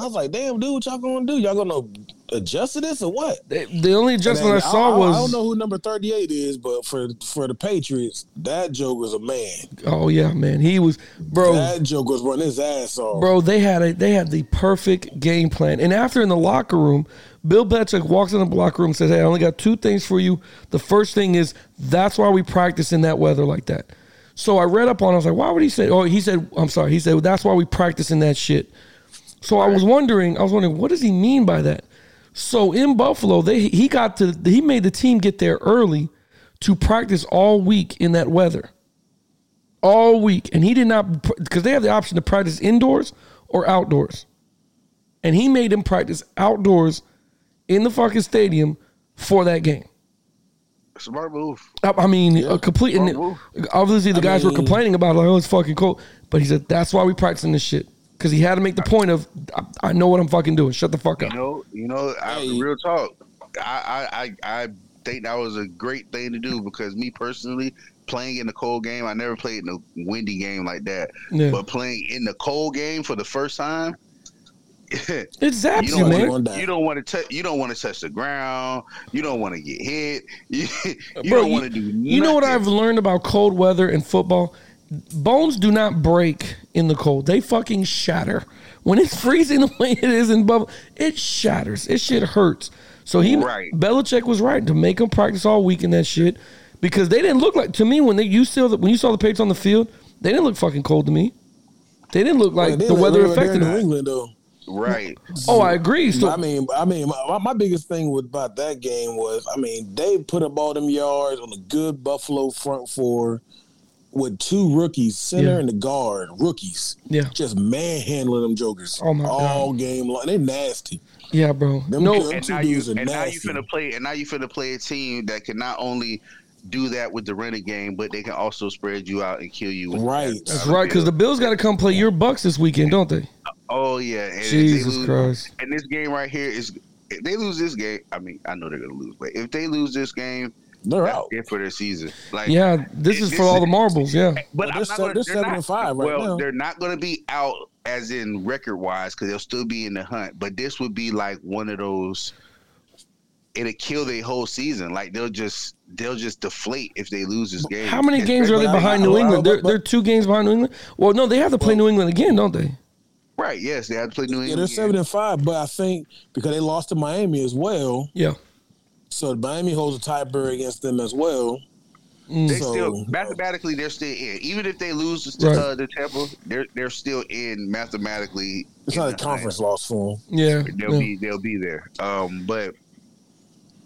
[SPEAKER 5] I was like, damn, dude, what y'all gonna do? Y'all gonna adjust to this or what?
[SPEAKER 4] The the only adjustment I
[SPEAKER 5] And uh,
[SPEAKER 4] saw
[SPEAKER 5] I don't
[SPEAKER 4] was,
[SPEAKER 5] know who number thirty eight is, but for for the Patriots, that joke was a man.
[SPEAKER 4] oh yeah, man, he was, bro.
[SPEAKER 5] That joke was running his ass off.
[SPEAKER 4] Bro, they had a they had the perfect game plan. And after in the locker room, Bill Belichick walks in the locker room and says, "Hey, I only got two things for you. The first thing is that's why we practice in that weather like that." So I read up on. it. I was like, "Why would he say?" Oh, he said, "I'm sorry." He said, "That's why we practice in that shit." So I was wondering. I was wondering what does he mean by that. So in Buffalo, they he got to he made the team get there early to practice all week in that weather all week, and he did not because they have the option to practice indoors or outdoors, and he made them practice outdoors in the fucking stadium for that game.
[SPEAKER 6] Smart move.
[SPEAKER 4] I, I mean, a complete. And
[SPEAKER 6] Well,
[SPEAKER 4] obviously, the guys were
[SPEAKER 5] mean-
[SPEAKER 4] complaining about like, oh, it's fucking cold, but he said that's why we practicing this shit because he had to make the point of I, I know what I'm fucking doing. Shut the fuck up.
[SPEAKER 6] You know, you know, I,
[SPEAKER 5] Hey.
[SPEAKER 6] real talk. I, I, I, I think that was a great thing to do because me personally, playing in the cold game, I never played in a windy game like that.
[SPEAKER 4] Yeah.
[SPEAKER 6] But playing in the cold game for the first time, you
[SPEAKER 4] It zaps you,
[SPEAKER 6] don't
[SPEAKER 4] man.
[SPEAKER 5] want-
[SPEAKER 6] want to, you don't want to touch you don't want to touch the ground. You don't want to get hit. (laughs) You, you
[SPEAKER 4] Bro,
[SPEAKER 6] don't want to do. Nothing.
[SPEAKER 4] You know what I've learned about cold weather and football? Bones do not break in the cold. They fucking shatter. When it's (laughs) freezing the way it is in bubble, it shatters. It shit hurts. So he
[SPEAKER 6] Right.
[SPEAKER 4] Belichick was right to make him practice all week in that shit. because they didn't look like to me when they you saw the, when you saw the Patriots on the field, they didn't look fucking cold to me. They didn't look like
[SPEAKER 5] They
[SPEAKER 4] the
[SPEAKER 5] live-
[SPEAKER 4] weather
[SPEAKER 5] they live there
[SPEAKER 4] affected
[SPEAKER 5] in New
[SPEAKER 4] them.
[SPEAKER 5] England though.
[SPEAKER 6] Right.
[SPEAKER 4] Oh, I agree. So
[SPEAKER 5] I mean, I mean, my, my biggest thing with about that game was, I mean, they put up all them yards on a good Buffalo front four with two rookies, center
[SPEAKER 4] Yeah.
[SPEAKER 5] and the guard, rookies,
[SPEAKER 4] Yeah.
[SPEAKER 5] just manhandling them jokers
[SPEAKER 4] Oh, my
[SPEAKER 5] all game long. They nasty.
[SPEAKER 4] yeah, bro.
[SPEAKER 5] Them
[SPEAKER 4] No,
[SPEAKER 5] kids-
[SPEAKER 6] and
[SPEAKER 5] two
[SPEAKER 6] now
[SPEAKER 5] dudes
[SPEAKER 6] you
[SPEAKER 5] are
[SPEAKER 6] and now you
[SPEAKER 5] nasty.
[SPEAKER 6] finna play and now you finna play a team that can not only do that with the rented game, but they can also spread you out and kill you. With
[SPEAKER 5] Right.
[SPEAKER 4] that's right. Because the Bills got to come play your Bucks this weekend, don't they?
[SPEAKER 6] oh yeah, and if they
[SPEAKER 4] Jesus
[SPEAKER 6] lose-
[SPEAKER 4] Christ.
[SPEAKER 6] And this game right here is if they lose this game. I mean, I know they're gonna lose, but if they lose this game,
[SPEAKER 5] They're
[SPEAKER 6] that's
[SPEAKER 5] out.
[SPEAKER 6] it for their season. Like
[SPEAKER 4] Yeah, this is for all the marbles. Yeah,
[SPEAKER 5] Well,
[SPEAKER 6] But I'm
[SPEAKER 5] they're
[SPEAKER 6] not
[SPEAKER 5] se-
[SPEAKER 6] gonna,
[SPEAKER 5] they're
[SPEAKER 6] they're
[SPEAKER 5] seven
[SPEAKER 6] not,
[SPEAKER 5] and five right
[SPEAKER 6] well,
[SPEAKER 5] now.
[SPEAKER 6] they're not going to be out as in record wise because they'll still be in the hunt. But this would be like one of those. It'll kill their whole season. Like they'll just they'll just deflate if they lose this game.
[SPEAKER 4] How many
[SPEAKER 6] It's
[SPEAKER 4] games are they
[SPEAKER 6] crazy.
[SPEAKER 4] behind New England? They're, they're two games behind New England. Well, no, they have to play New England again, don't they?
[SPEAKER 6] Right? Yes, they have to play New England.
[SPEAKER 5] Yeah, they're
[SPEAKER 6] again.
[SPEAKER 5] seven and five, but I think because they lost to Miami as well,
[SPEAKER 4] Yeah.
[SPEAKER 5] so Miami holds a tiebreaker against them as well.
[SPEAKER 4] Mm.
[SPEAKER 6] They
[SPEAKER 5] So-
[SPEAKER 6] still mathematically they're still in. Even if they lose to
[SPEAKER 4] Right.
[SPEAKER 6] uh, the Tampa, they're they're still in mathematically.
[SPEAKER 5] It's
[SPEAKER 6] in
[SPEAKER 5] not a
[SPEAKER 6] the hunt.
[SPEAKER 5] conference loss for them.
[SPEAKER 4] Yeah.
[SPEAKER 6] They'll
[SPEAKER 4] yeah.
[SPEAKER 6] be they'll be there. Um, but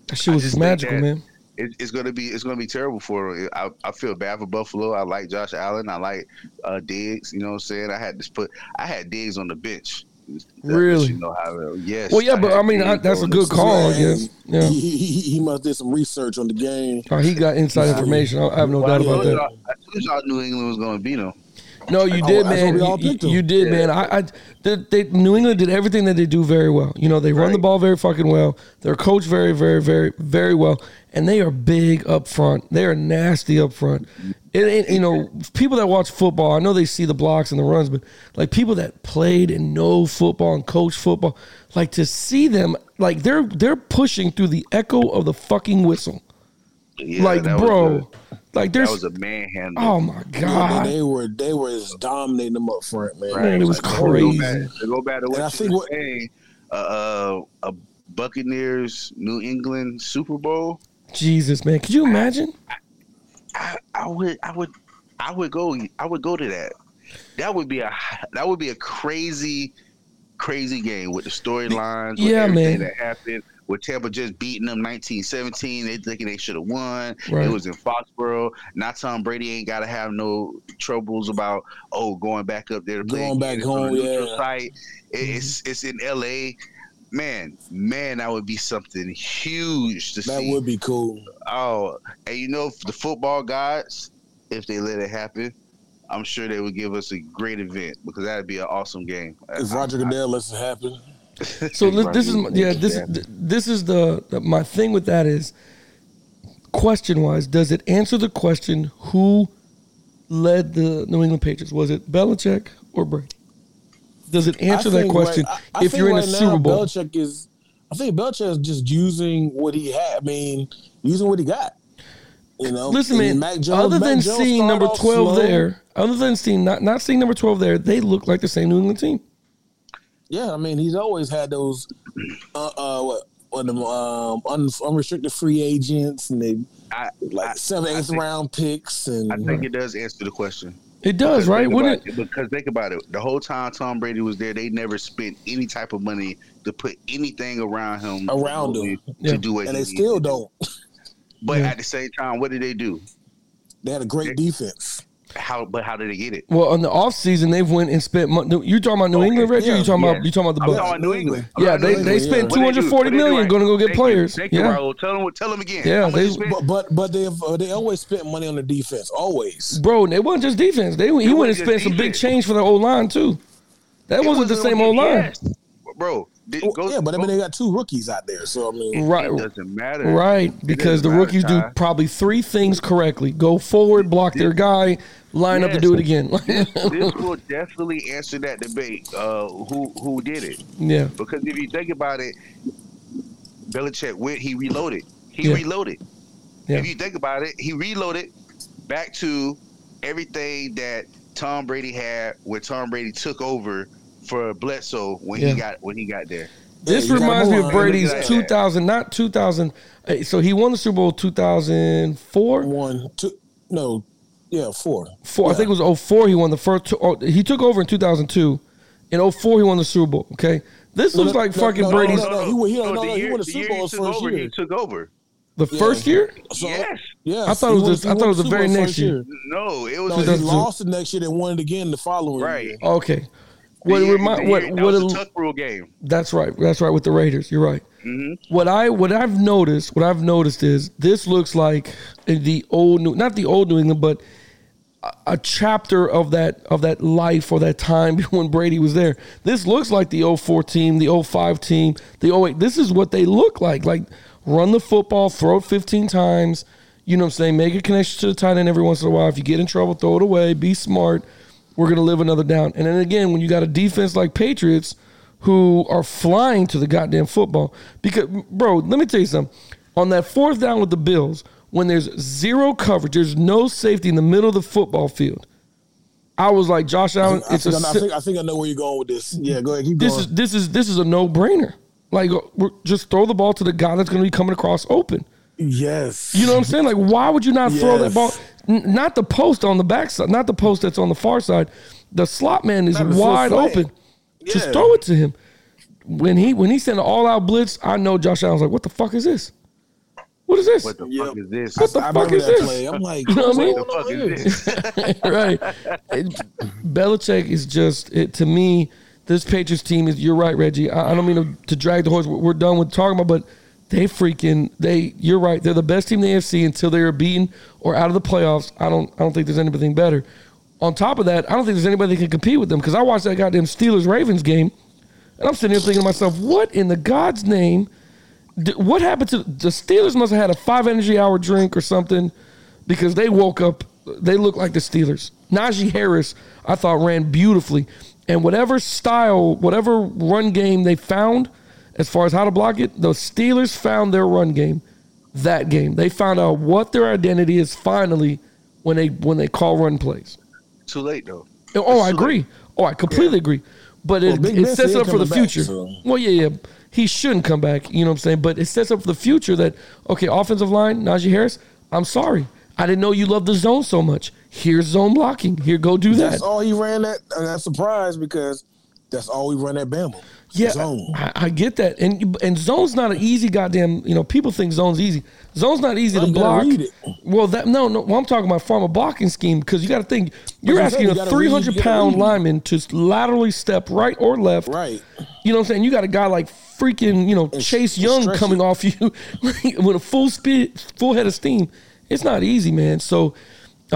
[SPEAKER 4] that shit was
[SPEAKER 6] I just
[SPEAKER 4] just
[SPEAKER 6] think
[SPEAKER 4] magical,
[SPEAKER 6] that-
[SPEAKER 4] man.
[SPEAKER 6] it, it's gonna be it's gonna be terrible for him. I, I feel bad for Buffalo. I like Josh Allen. I like uh, Diggs. You know what I'm saying? I had to put I had Diggs on the bench. That
[SPEAKER 4] Really?
[SPEAKER 6] You know how? it- Yes.
[SPEAKER 4] Well, yeah, but
[SPEAKER 6] had
[SPEAKER 4] I mean, I,
[SPEAKER 6] Diggs
[SPEAKER 4] that's a
[SPEAKER 6] on
[SPEAKER 4] good
[SPEAKER 6] the-
[SPEAKER 4] call, I
[SPEAKER 5] Yeah,
[SPEAKER 4] guess. Yeah.
[SPEAKER 5] He, he, he- he must did some research on the game.
[SPEAKER 4] Oh, he got inside information. I I have no
[SPEAKER 6] Well,
[SPEAKER 4] doubt
[SPEAKER 6] I
[SPEAKER 4] about
[SPEAKER 6] told
[SPEAKER 4] that.
[SPEAKER 6] y'all- I told y'all New England was gonna beat them.
[SPEAKER 4] No, you
[SPEAKER 5] Oh,
[SPEAKER 4] did,
[SPEAKER 5] that's what
[SPEAKER 4] man.
[SPEAKER 5] we all
[SPEAKER 4] You,
[SPEAKER 5] picked
[SPEAKER 4] you-
[SPEAKER 5] them.
[SPEAKER 4] you did, man. I, I they, they, New England did everything that they do very well. You know, they run the
[SPEAKER 6] Right.
[SPEAKER 4] ball very fucking well. They're coached very, very, very, very well, and they are big up front. They are nasty up front. It ain't, you know, people that watch football, I know they see the blocks and the runs, but like people that played and know football and coach football, like to see them, like they're they're pushing through the echo of the fucking whistle.
[SPEAKER 6] Yeah,
[SPEAKER 4] like,
[SPEAKER 6] that was
[SPEAKER 4] bro, like
[SPEAKER 6] a- that
[SPEAKER 4] there's.
[SPEAKER 6] was a manhandle.
[SPEAKER 4] Oh my
[SPEAKER 5] Yeah,
[SPEAKER 4] god!
[SPEAKER 5] they, they were they were just dominating them up front, man.
[SPEAKER 4] Man, it was
[SPEAKER 6] Go
[SPEAKER 4] crazy.
[SPEAKER 6] back, to go back to
[SPEAKER 5] And I
[SPEAKER 6] what you
[SPEAKER 5] think
[SPEAKER 6] were
[SPEAKER 5] what-
[SPEAKER 6] saying. Uh, uh, a Buccaneers New England Super Bowl.
[SPEAKER 4] Jesus, man, could you
[SPEAKER 5] (laughs)
[SPEAKER 4] imagine?
[SPEAKER 6] I, I would I would I would go I would go to that. That would be a that would be a crazy crazy game with the storylines, with
[SPEAKER 4] Yeah, man.
[SPEAKER 6] everything that happened, with Tampa just beating them 1917, they thinking they should have won.
[SPEAKER 4] Right.
[SPEAKER 6] It was in Foxborough. Now Tom Brady ain't gotta have no troubles about oh going back up there to play
[SPEAKER 5] Going back
[SPEAKER 6] again. It's on a
[SPEAKER 5] home,
[SPEAKER 6] neutral
[SPEAKER 5] yeah. Mm-hmm.
[SPEAKER 6] site. It- It's it's in LA. Man, man, that would be something huge to
[SPEAKER 5] That
[SPEAKER 6] see.
[SPEAKER 5] would be cool.
[SPEAKER 6] Oh, and you know the football gods, if they let it happen, I'm sure they would give us a great event because that'd be an awesome game.
[SPEAKER 5] If Roger Goodell lets it happen,
[SPEAKER 4] So li- this is my- yeah this th- this is the, the my thing with that is question wise does it answer the question who led the New England Patriots was it Belichick or Brady does it answer
[SPEAKER 5] I
[SPEAKER 4] that
[SPEAKER 5] think
[SPEAKER 4] question
[SPEAKER 5] right- I- I
[SPEAKER 4] if
[SPEAKER 5] think
[SPEAKER 4] you're in
[SPEAKER 5] right
[SPEAKER 4] a
[SPEAKER 5] now,
[SPEAKER 4] Super Bowl
[SPEAKER 5] Belichick is. I think Belichick is just using what he had. I mean, using what he got. You know,
[SPEAKER 4] listen
[SPEAKER 5] And
[SPEAKER 4] man
[SPEAKER 5] Mac
[SPEAKER 4] other
[SPEAKER 5] Mac
[SPEAKER 4] than
[SPEAKER 5] Jones
[SPEAKER 4] seeing
[SPEAKER 5] started
[SPEAKER 4] number
[SPEAKER 5] off
[SPEAKER 4] 12
[SPEAKER 5] slow.
[SPEAKER 4] there other than seeing not not seeing number 12 there they look like the same New England team
[SPEAKER 5] Yeah, I mean, he's always had those, uh, uh what, what them, um, un, unrestricted free agents, and they
[SPEAKER 6] I,
[SPEAKER 5] like
[SPEAKER 6] I,
[SPEAKER 5] seventh, eighth
[SPEAKER 6] think-
[SPEAKER 5] round picks, and
[SPEAKER 6] I think it does answer the question.
[SPEAKER 4] it does right
[SPEAKER 6] Think
[SPEAKER 4] wouldn't
[SPEAKER 6] about
[SPEAKER 4] it
[SPEAKER 6] Because think about it, the whole time Tom Brady was there, they never spent any type of money to put anything around him,
[SPEAKER 5] Around him.
[SPEAKER 6] to
[SPEAKER 4] Yeah.
[SPEAKER 6] do what
[SPEAKER 5] and
[SPEAKER 6] he
[SPEAKER 5] they still
[SPEAKER 6] needed to do.
[SPEAKER 5] don't. (laughs)
[SPEAKER 6] But
[SPEAKER 4] Yeah.
[SPEAKER 6] at the same time, what did they do?
[SPEAKER 5] They had a great defense.
[SPEAKER 6] How? But how did they get it?
[SPEAKER 4] well on the offseason they've went and spent mon- you talking about New
[SPEAKER 6] Okay,
[SPEAKER 4] England Reggie or
[SPEAKER 5] yeah,
[SPEAKER 4] you talking
[SPEAKER 6] yeah.
[SPEAKER 4] about you talking about the
[SPEAKER 6] I'm
[SPEAKER 4] Bucks
[SPEAKER 6] talking New England. I'm
[SPEAKER 4] Yeah,
[SPEAKER 6] talking New
[SPEAKER 4] they,
[SPEAKER 6] England.
[SPEAKER 4] they
[SPEAKER 5] England,
[SPEAKER 4] spent
[SPEAKER 5] yeah.
[SPEAKER 4] two hundred forty million going to go get
[SPEAKER 6] Thank you.
[SPEAKER 4] players.
[SPEAKER 6] Thank you,
[SPEAKER 4] yeah,
[SPEAKER 6] Raul. Tell them, tell them again.
[SPEAKER 4] Yeah,
[SPEAKER 6] How much
[SPEAKER 4] they-
[SPEAKER 6] you spent?
[SPEAKER 5] But but but they uh, they always spent money on the defense. Always.
[SPEAKER 4] bro, and it wasn't just defense. They he
[SPEAKER 6] It
[SPEAKER 4] went and
[SPEAKER 6] wasn't
[SPEAKER 4] spent
[SPEAKER 6] just
[SPEAKER 4] some big
[SPEAKER 6] defense.
[SPEAKER 4] change for the old line too. That
[SPEAKER 6] It
[SPEAKER 4] wasn't the
[SPEAKER 6] wasn't
[SPEAKER 4] same
[SPEAKER 6] on
[SPEAKER 4] old line,
[SPEAKER 6] GPS. Bro, did,
[SPEAKER 5] Well,
[SPEAKER 6] go,
[SPEAKER 5] yeah, but I mean
[SPEAKER 6] go-
[SPEAKER 5] they got two rookies out there, so I mean
[SPEAKER 4] right?
[SPEAKER 6] it doesn't matter.
[SPEAKER 4] Right, because the
[SPEAKER 6] doesn't
[SPEAKER 4] rookies do
[SPEAKER 6] matter, Ty.
[SPEAKER 4] probably three things correctly: go forward, block their guy, line up, and
[SPEAKER 6] Yes.
[SPEAKER 4] do it again. (laughs)
[SPEAKER 6] this will definitely answer that debate. Uh, who who did it?
[SPEAKER 4] yeah,
[SPEAKER 6] Because if you think about it, Belichick went. He reloaded. He
[SPEAKER 4] Yeah.
[SPEAKER 6] reloaded.
[SPEAKER 4] Yeah.
[SPEAKER 6] If you think about it, he reloaded back to everything that Tom Brady had when Tom Brady took over for Bledsoe when
[SPEAKER 4] Yeah.
[SPEAKER 5] Oh,
[SPEAKER 6] he got when he got there.
[SPEAKER 4] This
[SPEAKER 5] you gotta
[SPEAKER 4] reminds me
[SPEAKER 5] move
[SPEAKER 4] of
[SPEAKER 5] on.
[SPEAKER 4] Brady's
[SPEAKER 6] Look at that.
[SPEAKER 4] 2000, not 2000. eh, So he won the Super Bowl 2004.
[SPEAKER 5] One, two, no, yeah, four.
[SPEAKER 4] Four, I think it was 04. He won the first. Two, oh, he took over in 2002. In 04, he won the Super Bowl. Okay, this looks like fucking
[SPEAKER 5] no, no,
[SPEAKER 4] Brady's
[SPEAKER 5] no, he won- he won- no,
[SPEAKER 6] the
[SPEAKER 5] no, he
[SPEAKER 6] year-
[SPEAKER 5] won the
[SPEAKER 6] the
[SPEAKER 5] Super
[SPEAKER 6] year
[SPEAKER 5] Bowl
[SPEAKER 6] he
[SPEAKER 5] his
[SPEAKER 6] took
[SPEAKER 5] first
[SPEAKER 6] over.
[SPEAKER 5] year.
[SPEAKER 6] He took over.
[SPEAKER 4] the first year.
[SPEAKER 5] So,
[SPEAKER 6] Yes.
[SPEAKER 5] yes,
[SPEAKER 4] I thought it
[SPEAKER 5] he
[SPEAKER 4] was
[SPEAKER 5] won-
[SPEAKER 4] just-
[SPEAKER 5] he
[SPEAKER 4] I thought
[SPEAKER 5] won
[SPEAKER 4] it was the
[SPEAKER 5] Super
[SPEAKER 4] very
[SPEAKER 5] Bowl
[SPEAKER 4] next
[SPEAKER 5] first
[SPEAKER 4] year.
[SPEAKER 6] No, it
[SPEAKER 5] No,
[SPEAKER 6] was
[SPEAKER 5] he
[SPEAKER 4] 2002.
[SPEAKER 5] lost the next year and won it again the following
[SPEAKER 6] Right.
[SPEAKER 5] year.
[SPEAKER 4] Okay,
[SPEAKER 6] the
[SPEAKER 4] what it
[SPEAKER 6] year-
[SPEAKER 4] remind
[SPEAKER 6] the
[SPEAKER 4] what
[SPEAKER 6] year- that
[SPEAKER 4] what
[SPEAKER 6] was
[SPEAKER 4] it-
[SPEAKER 6] a tuck rule game.
[SPEAKER 4] That's right. That's right. With the Raiders, you're right. What I what I've noticed, what I've noticed is this looks like the old New, not the old New England, but a, a chapter of that of that life or that time (laughs) when Brady was there. This looks like the 04 team, the 05 team, the 08. This is what they look like. Like run the football, throw it 15 times. You know what I'm saying? Make a connection to the tight end every once in a while. If you get in trouble, throw it away. Be smart. We're gonna live another down. And then again, when you got a defense like Patriots who are flying to the goddamn football. Because, bro, let me tell you something. On that fourth down with the Bills, when there's zero coverage, there's no safety in the middle of the football field. I was like, Josh Allen,
[SPEAKER 5] I,
[SPEAKER 4] it's a
[SPEAKER 5] think, I,
[SPEAKER 4] si-
[SPEAKER 5] think, I think I know where you're going with this. Yeah, go ahead. Keep
[SPEAKER 4] this
[SPEAKER 5] going.
[SPEAKER 4] is this is this is a no brainer. Like, uh, we're, just throw the ball to the guy that's going to be coming across open.
[SPEAKER 5] yes.
[SPEAKER 4] You know what I'm saying? Like, why would you not throw that
[SPEAKER 5] Yes.
[SPEAKER 4] ball? N- not the post on the backside, not the post that's on the far side. The slot man is
[SPEAKER 5] Not the full
[SPEAKER 4] wide
[SPEAKER 5] flat.
[SPEAKER 4] open. Just
[SPEAKER 5] Yeah.
[SPEAKER 4] throw it to him. When he when he sent an all out blitz, I know Josh Allen's like, what the fuck is this? What is this?
[SPEAKER 6] What the
[SPEAKER 5] Yep.
[SPEAKER 6] fuck is this?
[SPEAKER 4] What the
[SPEAKER 5] I
[SPEAKER 4] fuck
[SPEAKER 5] remember
[SPEAKER 4] is
[SPEAKER 5] that
[SPEAKER 4] this?
[SPEAKER 5] play. I'm like,
[SPEAKER 4] You know what I mean?
[SPEAKER 6] the fuck is
[SPEAKER 5] here?
[SPEAKER 6] this?
[SPEAKER 4] right. It, Belichick is just it, to me. This Patriots team is. You're right, Reggie. I, I don't mean to, to drag the horse. We're we're done with talking about, but they freaking they. You're right. They're the best team in the AFC until they are beaten or out of the playoffs. I don't. I don't think there's anything better. On top of that, I don't think there's anybody that can compete with them because I watched that goddamn Steelers Ravens game, and I'm sitting here thinking to myself, what in the God's name? d- What happened to the Steelers? Must have had a five energy hour drink or something because they woke up. They look like the Steelers. Najee Harris, I thought, ran beautifully, and whatever style, whatever run game they found, as far as how to block it, the Steelers found their run game. That game, they found out what their identity is finally when they when they call run plays.
[SPEAKER 6] Too late though.
[SPEAKER 4] Oh, I agree. Oh, I completely agree. But it,
[SPEAKER 5] Big
[SPEAKER 4] it
[SPEAKER 5] Ben
[SPEAKER 4] sets it
[SPEAKER 5] said
[SPEAKER 4] up for the
[SPEAKER 5] coming back,
[SPEAKER 4] future.
[SPEAKER 5] so-
[SPEAKER 4] Well, yeah, yeah. He shouldn't come back. You know what I'm saying? But it sets up for the future that, okay, offensive line, Najee Harris, I'm sorry. I didn't know you loved the zone so much. Here's zone blocking. Here, go do that.
[SPEAKER 5] That's all he ran that. And I'm surprised because that's all we run at Bama.
[SPEAKER 4] Yeah,
[SPEAKER 5] Zone.
[SPEAKER 4] I, I get that, and and zone's not an easy goddamn. You know, people think zone's easy. Zone's not easy
[SPEAKER 5] Well,
[SPEAKER 4] to
[SPEAKER 5] you gotta
[SPEAKER 4] block.
[SPEAKER 5] read it.
[SPEAKER 4] Well, that no, no. Well, I'm talking about from a blocking scheme because you got to think you're
[SPEAKER 5] I'm
[SPEAKER 4] asking
[SPEAKER 5] saying, you
[SPEAKER 4] a
[SPEAKER 5] gotta read,
[SPEAKER 4] 300
[SPEAKER 5] you gotta
[SPEAKER 4] pound
[SPEAKER 5] read.
[SPEAKER 4] lineman to s- laterally step right or left.
[SPEAKER 5] Right.
[SPEAKER 4] You know what I'm saying? You got a guy like freaking you know Chase Young
[SPEAKER 5] stretch
[SPEAKER 4] coming off you (laughs) with a full speed, full head of steam. It's not easy, man. So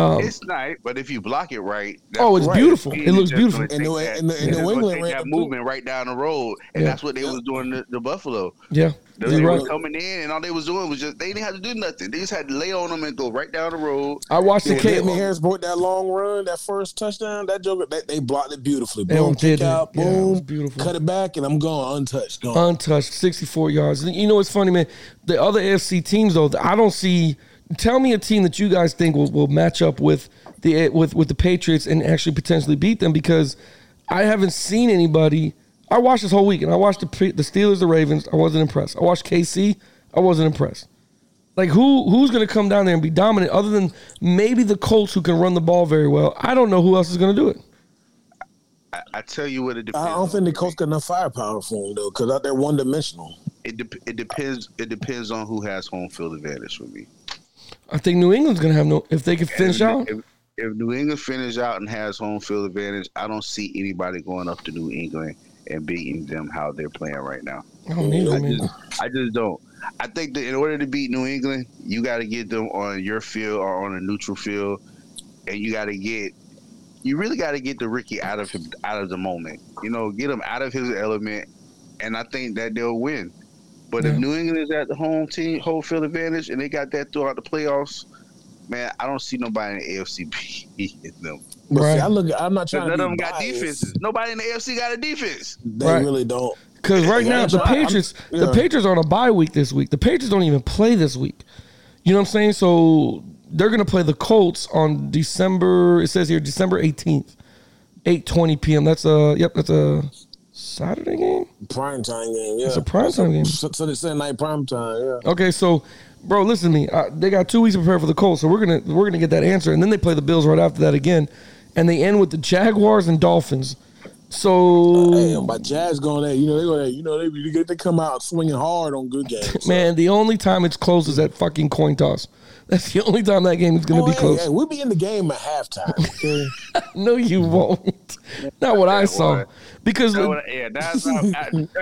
[SPEAKER 6] it's not, but if you block it right,
[SPEAKER 4] Oh, it's
[SPEAKER 6] right.
[SPEAKER 4] beautiful.
[SPEAKER 6] He
[SPEAKER 4] It looks
[SPEAKER 6] just
[SPEAKER 4] beautiful.
[SPEAKER 6] gonna take
[SPEAKER 5] And the way-
[SPEAKER 6] that-
[SPEAKER 5] and the- and
[SPEAKER 6] he's
[SPEAKER 5] the
[SPEAKER 6] gonna
[SPEAKER 5] England
[SPEAKER 6] take
[SPEAKER 5] ran
[SPEAKER 6] that
[SPEAKER 5] through.
[SPEAKER 6] movement right down the road, and
[SPEAKER 4] Yeah.
[SPEAKER 6] that's what they was doing to, to Buffalo.
[SPEAKER 4] yeah,
[SPEAKER 6] They,
[SPEAKER 4] you're
[SPEAKER 6] were
[SPEAKER 4] right.
[SPEAKER 6] coming in, and all they was doing was just they didn't have to do nothing. They just had to lay on them and go right down the road.
[SPEAKER 4] I watched the
[SPEAKER 5] When
[SPEAKER 4] K.
[SPEAKER 5] Damon Harris broke that long run, that first touchdown, that joker, they, they blocked it beautifully.
[SPEAKER 4] They
[SPEAKER 5] Boom,
[SPEAKER 4] did
[SPEAKER 5] kick
[SPEAKER 4] it.
[SPEAKER 5] out,
[SPEAKER 4] Yeah, it
[SPEAKER 5] boom,
[SPEAKER 4] was beautiful.
[SPEAKER 5] cut it back, and I'm gone, untouched, gone.
[SPEAKER 4] untouched, 64 yards. And You know what's funny, man? The other AFC teams, though, I don't see. Tell me a team that you guys think will, will match up with the with with the Patriots and actually potentially beat them because I haven't seen anybody. I watched this whole week and I watched the P- the Steelers, the Ravens. I wasn't impressed. I watched KC. I wasn't impressed. Like who who's going to come down there and be dominant other than maybe the Colts who can run the ball very well? I don't know who else is going to do it.
[SPEAKER 6] I, I tell you what, it depends.
[SPEAKER 5] I don't think the Colts got enough firepower for him though, because out there one dimensional.
[SPEAKER 6] it, dep it depends. It depends on who has home field advantage for me.
[SPEAKER 4] I think New England's going to have no if they can finish
[SPEAKER 6] if,
[SPEAKER 4] out.
[SPEAKER 6] If, if New England finish out and has home field advantage, I don't see anybody going up to New England and beating them how they're playing right now.
[SPEAKER 4] I don't need
[SPEAKER 6] I
[SPEAKER 4] them. man.
[SPEAKER 6] just, I just don't. I think that in order to beat New England, you got to get them on your field or on a neutral field, and you got to get, you really got to get the Ricky out of him, out of the moment. You know, get him out of his element, and I think that they'll win. But if
[SPEAKER 4] Yeah.
[SPEAKER 6] New England is at the home team home field advantage and they got that throughout the playoffs, man, I don't see nobody in the AFC (laughs) beating them.
[SPEAKER 5] But
[SPEAKER 4] Right.
[SPEAKER 5] see, I look, at- I'm not trying
[SPEAKER 6] None
[SPEAKER 5] to.
[SPEAKER 6] of
[SPEAKER 5] be
[SPEAKER 6] them got
[SPEAKER 5] biased.
[SPEAKER 6] defenses. Nobody in the AFC got a defense.
[SPEAKER 5] They
[SPEAKER 4] Right.
[SPEAKER 5] really don't.
[SPEAKER 4] Because right
[SPEAKER 5] Yeah,
[SPEAKER 4] now
[SPEAKER 5] that's
[SPEAKER 4] the
[SPEAKER 5] right. I'm-
[SPEAKER 4] Patriots, the
[SPEAKER 5] yeah.
[SPEAKER 4] Patriots are on a bye week this week. The Patriots don't even play this week. You know what I'm saying? So they're gonna play the Colts on December. It says here December 18th, 8:20 p.m. That's a yep. That's a Saturday game?
[SPEAKER 5] Prime time game. Yeah,
[SPEAKER 4] It's a primetime game.
[SPEAKER 5] So, so they said night prime time. Yeah.
[SPEAKER 4] Okay, so bro, listen to me. Uh, they got two weeks to prepare for the Colts, so we're gonna we're gonna get that answer, and then they play the Bills right after that again, and they end with the Jaguars and Dolphins. So
[SPEAKER 5] Damn, my Jazz going there. You know they go there. You know they be- they come out swinging hard on good games.
[SPEAKER 4] man, the only time it's close is at fucking coin toss. That's the only time that game is gonna
[SPEAKER 5] Oh,
[SPEAKER 4] be
[SPEAKER 5] hey,
[SPEAKER 4] close.
[SPEAKER 5] hey, we'll be in the game
[SPEAKER 4] (laughs)
[SPEAKER 5] at halftime. Okay?
[SPEAKER 4] No, you won't. (laughs) Not what I saw,
[SPEAKER 6] what?
[SPEAKER 4] because
[SPEAKER 6] That would- yeah, (laughs) that's how,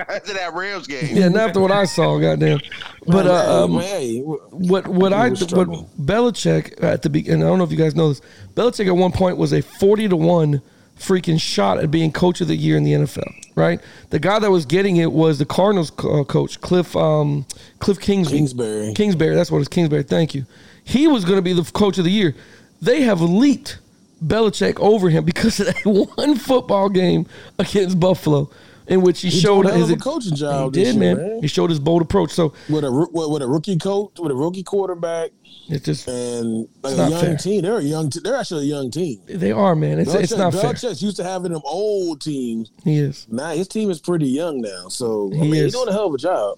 [SPEAKER 6] after that Rams game.
[SPEAKER 4] yeah, not after what I saw.
[SPEAKER 6] (laughs)
[SPEAKER 4] Goddamn, but uh, um,
[SPEAKER 5] hey, man,
[SPEAKER 4] what what I
[SPEAKER 5] was
[SPEAKER 4] what
[SPEAKER 5] struggling.
[SPEAKER 4] Belichick at the beginning, I don't know if you guys know this. Belichick at one point was a forty to one freaking shot at being coach of the year in the NFL. Right, the guy that was getting it was the Cardinals co- uh, coach Cliff um, Cliff Kingsbury.
[SPEAKER 5] Kingsbury.
[SPEAKER 4] Kingsbury, that's what it's Kingsbury. Thank you. He was going to be the coach of the year. They have leaked Belichick over him because of that (laughs) one football game against Buffalo, in which he,
[SPEAKER 5] He
[SPEAKER 4] showed
[SPEAKER 5] did a hell
[SPEAKER 4] his
[SPEAKER 5] of a coaching job
[SPEAKER 4] He
[SPEAKER 5] this
[SPEAKER 4] did,
[SPEAKER 5] year,
[SPEAKER 4] man.
[SPEAKER 5] man.
[SPEAKER 4] He showed his bold approach. So
[SPEAKER 5] with a roo- with, with a rookie coach, with a rookie quarterback,
[SPEAKER 4] it's just
[SPEAKER 5] and like
[SPEAKER 4] It's
[SPEAKER 5] a
[SPEAKER 4] not
[SPEAKER 5] young
[SPEAKER 4] fair.
[SPEAKER 5] team. They're a young. T- they're actually a young team.
[SPEAKER 4] They are, man. It's, it's not fair.
[SPEAKER 5] Belichick used to having them old teams.
[SPEAKER 4] He is.
[SPEAKER 5] Now his team is pretty young now, so I
[SPEAKER 4] He
[SPEAKER 5] mean,
[SPEAKER 4] is.
[SPEAKER 5] he's doing a hell of a job.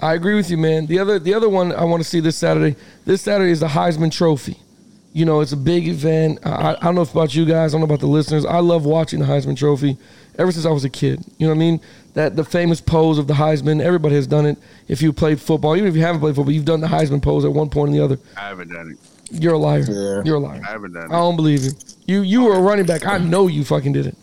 [SPEAKER 4] I agree with you, man. The other the other one I want to see this Saturday. This Saturday is the Heisman Trophy. You know, it's a big event. I, I don't know if about you guys. I don't know about the listeners. I love watching the Heisman Trophy ever since I was a kid. You know what I mean? That the famous pose of the Heisman. Everybody has done it. If you played football, even if you haven't played football, you've done the Heisman pose at one point or the other.
[SPEAKER 6] I haven't done it.
[SPEAKER 4] You're a liar.
[SPEAKER 5] Yeah.
[SPEAKER 4] You're a liar.
[SPEAKER 6] I haven't
[SPEAKER 4] I
[SPEAKER 6] done it.
[SPEAKER 4] don't believe you. You you were a running back. I know you fucking did it.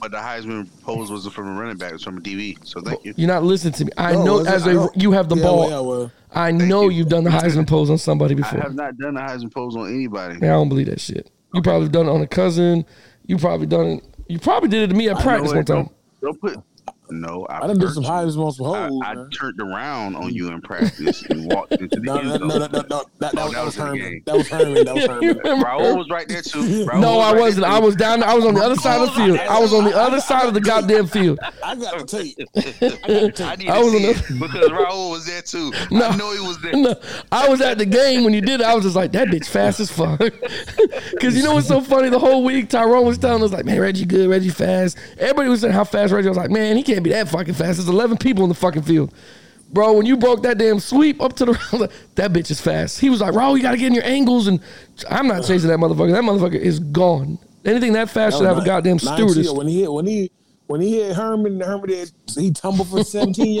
[SPEAKER 6] But the Heisman pose wasn't from a running back; it was from a DB. So thank you.
[SPEAKER 4] You're not listening to me. I
[SPEAKER 5] No,
[SPEAKER 4] know
[SPEAKER 5] it's-
[SPEAKER 4] as
[SPEAKER 5] Oh, I
[SPEAKER 4] a
[SPEAKER 5] don't-
[SPEAKER 4] you have the
[SPEAKER 5] yeah,
[SPEAKER 4] ball.
[SPEAKER 5] Well, yeah, well,
[SPEAKER 4] I know
[SPEAKER 6] you.
[SPEAKER 4] you. have done the Heisman pose on somebody
[SPEAKER 6] (laughs) I
[SPEAKER 4] before.
[SPEAKER 6] have not done the Heisman pose on anybody.
[SPEAKER 4] Man, I don't believe that shit. You probably done it on a cousin. You probably done it. You probably did it to me at
[SPEAKER 6] I know
[SPEAKER 4] practice
[SPEAKER 6] it.
[SPEAKER 4] one time.
[SPEAKER 6] Don't, don't put. No, I,
[SPEAKER 5] I done did
[SPEAKER 6] hurt
[SPEAKER 5] some
[SPEAKER 6] you.
[SPEAKER 5] high responsible
[SPEAKER 6] I,
[SPEAKER 5] holes.
[SPEAKER 6] I
[SPEAKER 5] man.
[SPEAKER 6] turned around on you in practice and walked into
[SPEAKER 5] (laughs)
[SPEAKER 6] the
[SPEAKER 5] No, no,
[SPEAKER 6] end
[SPEAKER 5] no,
[SPEAKER 6] zone.
[SPEAKER 5] no, no, no, no, that, that,
[SPEAKER 6] Oh,
[SPEAKER 5] was, that was
[SPEAKER 6] in the
[SPEAKER 5] Herman.
[SPEAKER 6] game.
[SPEAKER 5] That was Herman. That
[SPEAKER 4] (laughs)
[SPEAKER 5] was Herman.
[SPEAKER 6] Raul was right there
[SPEAKER 5] (laughs)
[SPEAKER 6] too. Raul
[SPEAKER 4] No,
[SPEAKER 6] was
[SPEAKER 4] I
[SPEAKER 6] right
[SPEAKER 4] wasn't.
[SPEAKER 6] there,
[SPEAKER 4] I
[SPEAKER 6] too.
[SPEAKER 4] was down. I was on the other side of the field. I was on the other side of the goddamn field.
[SPEAKER 5] I got the tape.
[SPEAKER 6] I
[SPEAKER 4] (laughs)
[SPEAKER 6] need
[SPEAKER 4] I
[SPEAKER 6] to
[SPEAKER 4] was
[SPEAKER 6] see
[SPEAKER 4] on
[SPEAKER 6] it because Raul was there too.
[SPEAKER 4] No.
[SPEAKER 6] I know he was
[SPEAKER 4] (laughs)
[SPEAKER 6] there.
[SPEAKER 4] No, I was at the game when you did it. I was just like, that bitch fast as fuck. (laughs) Because you know what's so funny? The whole week, Tyrone was telling us, like, man, Reggie good, Reggie fast. Everybody was saying how fast Reggie was. Like, man, he can't be that fucking fast. There's 11 people in the fucking field. Bro, when you broke that damn sweep up to the (laughs) round, like, that bitch is fast. He was like, Raul, you got to get in your angles. And I'm not chasing that motherfucker. That motherfucker is gone. Anything that fast should have a
[SPEAKER 5] Nine-
[SPEAKER 4] goddamn
[SPEAKER 5] nine
[SPEAKER 4] stewardess.
[SPEAKER 5] Seal, When he hit, when he when he hit Herman, and Herman did, he tumbled for seventeen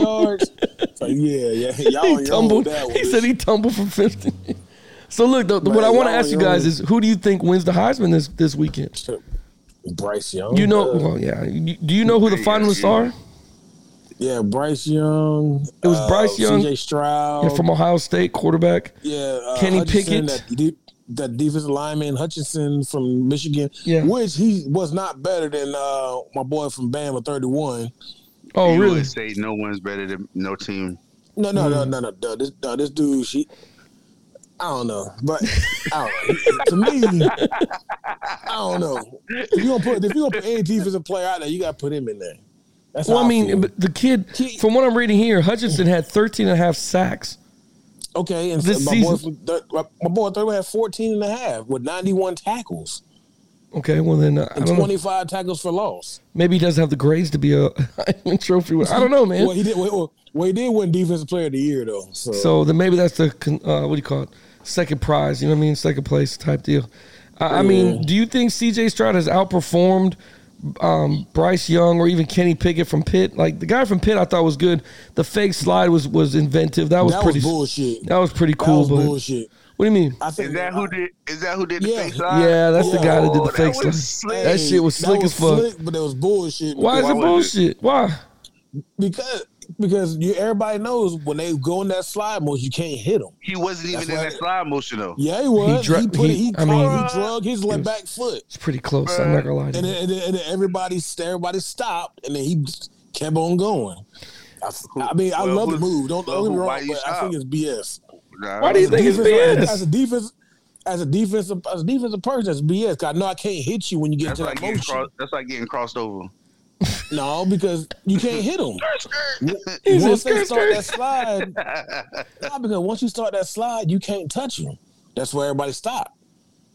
[SPEAKER 4] (laughs)
[SPEAKER 5] yards. It's like, yeah, Oh, yeah, y'all on
[SPEAKER 4] he
[SPEAKER 5] your
[SPEAKER 4] tumbled.
[SPEAKER 5] own with that
[SPEAKER 4] He
[SPEAKER 5] one.
[SPEAKER 4] said he tumbled from 15. (laughs) So look, the, the- what
[SPEAKER 5] Man,
[SPEAKER 4] I want to
[SPEAKER 5] y'all
[SPEAKER 4] ask you
[SPEAKER 5] on your
[SPEAKER 4] guys
[SPEAKER 5] own.
[SPEAKER 4] is, who do you think wins the Heisman this this weekend?
[SPEAKER 5] Bryce Young.
[SPEAKER 4] You know,
[SPEAKER 5] uh,
[SPEAKER 4] well, yeah. You- Do you know who the
[SPEAKER 6] Yeah,
[SPEAKER 4] finalists
[SPEAKER 6] yeah.
[SPEAKER 4] are?
[SPEAKER 5] yeah, Bryce Young.
[SPEAKER 4] It was Bryce Young.
[SPEAKER 5] CJ Stroud.
[SPEAKER 4] Yeah, from Ohio State, quarterback.
[SPEAKER 5] yeah, uh,
[SPEAKER 4] Kenny
[SPEAKER 5] Hutchinson,
[SPEAKER 4] Pickett.
[SPEAKER 5] That, deep, that defensive lineman Hutchinson from Michigan,
[SPEAKER 4] Yeah.
[SPEAKER 5] which he was not better than uh, my boy from Bama, thirty-one.
[SPEAKER 4] Oh,
[SPEAKER 6] you
[SPEAKER 4] really?
[SPEAKER 6] would say no one's better than no team.
[SPEAKER 5] No, no,
[SPEAKER 4] Mm-hmm.
[SPEAKER 5] no, no, no, no. This, no, this dude, she. I don't know, but I don't know. to me, I don't know. If you gonna put if you gonna put any defensive player out there, you gotta put him in there. That's
[SPEAKER 4] Well,
[SPEAKER 5] how
[SPEAKER 4] I mean,
[SPEAKER 5] feel.
[SPEAKER 4] but the kid,
[SPEAKER 5] He-
[SPEAKER 4] from what I'm reading here, Hutchinson had 13 and a half sacks.
[SPEAKER 5] okay, and
[SPEAKER 4] this
[SPEAKER 5] my
[SPEAKER 4] season-
[SPEAKER 5] boy, from, thir- my my boy, third had 14 and a half with 91 tackles
[SPEAKER 4] Okay, well then, uh, I
[SPEAKER 5] and
[SPEAKER 4] don't know.
[SPEAKER 5] 25 tackles for loss.
[SPEAKER 4] Maybe he doesn't have the grades to be a (laughs) Heisman Trophy. winner. I don't know, man.
[SPEAKER 5] Well, he did. Well, well, he did win defensive player of the year though. So,
[SPEAKER 4] So then maybe that's the con- uh, what do you call it? Second prize, you know what I mean? Second place type deal. I, I mean, do you think C.J. Stroud has outperformed um, Bryce Young or even Kenny Pickett from Pitt? Like the guy from Pitt, I thought was good. The fake slide was was inventive. That was
[SPEAKER 5] that
[SPEAKER 4] pretty.
[SPEAKER 5] was bullshit.
[SPEAKER 4] that was pretty
[SPEAKER 5] That
[SPEAKER 4] cool.
[SPEAKER 5] was
[SPEAKER 4] but
[SPEAKER 5] bullshit.
[SPEAKER 4] what do you mean?
[SPEAKER 5] I think
[SPEAKER 6] Is that who did? Is that who did the
[SPEAKER 5] Yeah.
[SPEAKER 6] fake slide? Oh,
[SPEAKER 4] Yeah, that's the
[SPEAKER 5] guy that
[SPEAKER 4] did the
[SPEAKER 6] that
[SPEAKER 4] fake
[SPEAKER 6] was
[SPEAKER 4] slide.
[SPEAKER 6] slick.
[SPEAKER 4] That shit was slick as fuck.
[SPEAKER 5] Slick, but it was bullshit.
[SPEAKER 4] Why is
[SPEAKER 6] Why
[SPEAKER 4] it
[SPEAKER 6] was it?
[SPEAKER 4] bullshit? Why?
[SPEAKER 5] Because because you, everybody knows when they go in that slide mode, you can't hit them.
[SPEAKER 6] He wasn't even
[SPEAKER 5] That's
[SPEAKER 6] in
[SPEAKER 5] why-
[SPEAKER 6] that slide motion though.
[SPEAKER 5] Yeah, he was.
[SPEAKER 4] He
[SPEAKER 5] He,
[SPEAKER 4] dra-
[SPEAKER 5] put
[SPEAKER 4] he-
[SPEAKER 5] it, he,
[SPEAKER 4] I mean-
[SPEAKER 5] he drug his left back foot,
[SPEAKER 4] It's pretty close. I'm not gonna lie. To
[SPEAKER 5] and
[SPEAKER 4] you.
[SPEAKER 5] then, and then, and then everybody everybody stopped, and then he just kept on going. I, f- I mean, I
[SPEAKER 6] Well,
[SPEAKER 5] love
[SPEAKER 6] who-
[SPEAKER 5] the move. Don't, don't
[SPEAKER 6] well,
[SPEAKER 5] get me
[SPEAKER 6] who-
[SPEAKER 5] wrong,
[SPEAKER 6] why you
[SPEAKER 5] but I think it's BS.
[SPEAKER 6] Nah,
[SPEAKER 4] Why do you
[SPEAKER 5] As a
[SPEAKER 4] think it's
[SPEAKER 5] defensive-
[SPEAKER 4] BS?
[SPEAKER 5] As a defense, as a defensive, as a defensive person, that's BS. 'cause I know I can't hit you when you get
[SPEAKER 6] That's
[SPEAKER 5] into
[SPEAKER 6] like
[SPEAKER 5] that
[SPEAKER 6] getting
[SPEAKER 5] motion.
[SPEAKER 6] cross, That's like getting crossed over.
[SPEAKER 5] No, because you can't hit
[SPEAKER 6] (laughs)
[SPEAKER 5] them.
[SPEAKER 4] He's a
[SPEAKER 5] once they
[SPEAKER 4] skirt,
[SPEAKER 5] start
[SPEAKER 4] skirt.
[SPEAKER 5] that slide, nah, because once you start that slide, you can't touch them. That's where everybody stopped.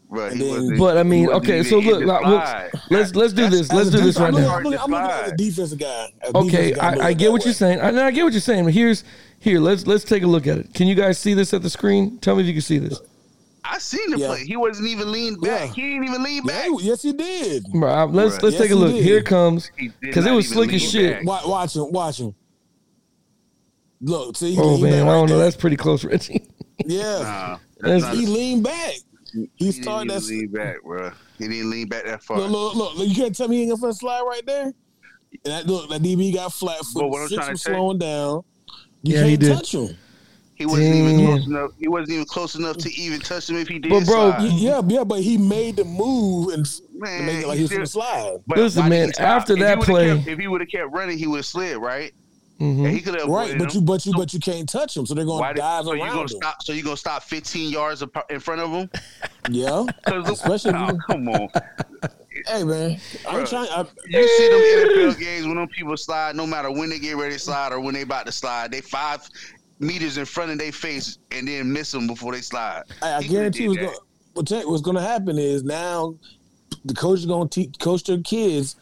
[SPEAKER 6] But
[SPEAKER 5] And
[SPEAKER 6] he
[SPEAKER 5] then-
[SPEAKER 6] wasn't.
[SPEAKER 4] But I mean,
[SPEAKER 6] he wasn't
[SPEAKER 4] okay,
[SPEAKER 6] even
[SPEAKER 4] so
[SPEAKER 6] in
[SPEAKER 4] look,
[SPEAKER 6] his
[SPEAKER 4] like,
[SPEAKER 6] prime.
[SPEAKER 4] let's, let's let's do this. Let's do this right
[SPEAKER 5] I'm
[SPEAKER 4] now.
[SPEAKER 5] looking- I'm looking at the defensive guy. as a
[SPEAKER 4] Okay,
[SPEAKER 5] defensive guy looking
[SPEAKER 4] I, I
[SPEAKER 5] that
[SPEAKER 4] get what
[SPEAKER 5] way.
[SPEAKER 4] you're saying. I, no, I get what you're saying. But here's here. Let's let's take a look at it. Can you guys see this at the screen? Tell me if you can see this.
[SPEAKER 6] I seen the
[SPEAKER 5] Yeah.
[SPEAKER 6] play. He wasn't even leaned back.
[SPEAKER 5] Yeah.
[SPEAKER 6] He didn't even lean
[SPEAKER 5] Yeah,
[SPEAKER 6] back.
[SPEAKER 5] he- yes, he did.
[SPEAKER 4] Bro, I- let's
[SPEAKER 6] Right.
[SPEAKER 4] let's
[SPEAKER 5] Yes,
[SPEAKER 4] take a
[SPEAKER 5] he
[SPEAKER 4] look.
[SPEAKER 5] did.
[SPEAKER 4] Here it comes
[SPEAKER 6] He did
[SPEAKER 4] because it
[SPEAKER 6] not
[SPEAKER 4] was
[SPEAKER 6] even
[SPEAKER 4] slick as
[SPEAKER 6] lean
[SPEAKER 4] shit.
[SPEAKER 6] back.
[SPEAKER 5] Watch, watch him. Watch him. Look, see, he
[SPEAKER 4] Oh
[SPEAKER 5] leaned
[SPEAKER 4] man, I
[SPEAKER 5] back right
[SPEAKER 4] don't know.
[SPEAKER 5] there.
[SPEAKER 4] That's pretty close, Richie.
[SPEAKER 5] yeah.
[SPEAKER 6] Nah,
[SPEAKER 4] That's-
[SPEAKER 6] that's
[SPEAKER 4] (laughs)
[SPEAKER 6] not,
[SPEAKER 5] He
[SPEAKER 6] he
[SPEAKER 5] leaned back. He
[SPEAKER 6] didn't
[SPEAKER 5] started
[SPEAKER 6] even
[SPEAKER 5] that.
[SPEAKER 6] lean back, bro. He didn't lean back that far.
[SPEAKER 5] Look, look, look, look, You can't tell me he ain't gonna first slide right there. And that look, that DB got flat
[SPEAKER 6] But
[SPEAKER 5] foot.
[SPEAKER 6] what I'm
[SPEAKER 5] Six
[SPEAKER 6] trying to
[SPEAKER 5] was
[SPEAKER 6] say-
[SPEAKER 5] slowing down. You
[SPEAKER 4] Yeah,
[SPEAKER 5] can't
[SPEAKER 4] he did.
[SPEAKER 5] touch him.
[SPEAKER 6] he wasn't even
[SPEAKER 4] Damn.
[SPEAKER 6] close enough. He wasn't even close enough to even touch him if he did.
[SPEAKER 4] But, bro,
[SPEAKER 6] slide.
[SPEAKER 5] Y- Yeah, yeah, but he made the move and f-
[SPEAKER 6] Man,
[SPEAKER 5] made it like
[SPEAKER 6] he
[SPEAKER 5] he was gonna
[SPEAKER 6] did.
[SPEAKER 5] slide.
[SPEAKER 6] But
[SPEAKER 4] Listen,
[SPEAKER 6] why did
[SPEAKER 4] man,
[SPEAKER 6] he stop?
[SPEAKER 4] after
[SPEAKER 6] If he
[SPEAKER 4] that
[SPEAKER 6] would've
[SPEAKER 4] play-
[SPEAKER 6] kept- if he would have kept running, he would have slid, right?
[SPEAKER 4] Mhm.
[SPEAKER 6] And he could have
[SPEAKER 5] Right, but you but you but you can't touch him, so they're gonna
[SPEAKER 6] Why did,
[SPEAKER 5] dive
[SPEAKER 6] so you
[SPEAKER 5] around
[SPEAKER 6] gonna
[SPEAKER 5] him.
[SPEAKER 6] stop? So you gonna stop 15 yards apart in front of him? (laughs)
[SPEAKER 5] Yeah,
[SPEAKER 6] 'Cause-
[SPEAKER 5] Especially if
[SPEAKER 6] oh,
[SPEAKER 5] you-
[SPEAKER 6] come on.
[SPEAKER 5] hey man, I'm
[SPEAKER 6] Bruh.
[SPEAKER 5] trying. I,
[SPEAKER 6] You see them NFL games when them people slide, no matter when they get ready to slide or when they about to slide, they five meters in front of their face and then miss them before they slide.
[SPEAKER 5] I, I
[SPEAKER 6] He coulda
[SPEAKER 5] guarantee
[SPEAKER 6] did
[SPEAKER 5] what's
[SPEAKER 6] that.
[SPEAKER 5] going what's, what's going to happen is now the coach is going to teach coach their kids.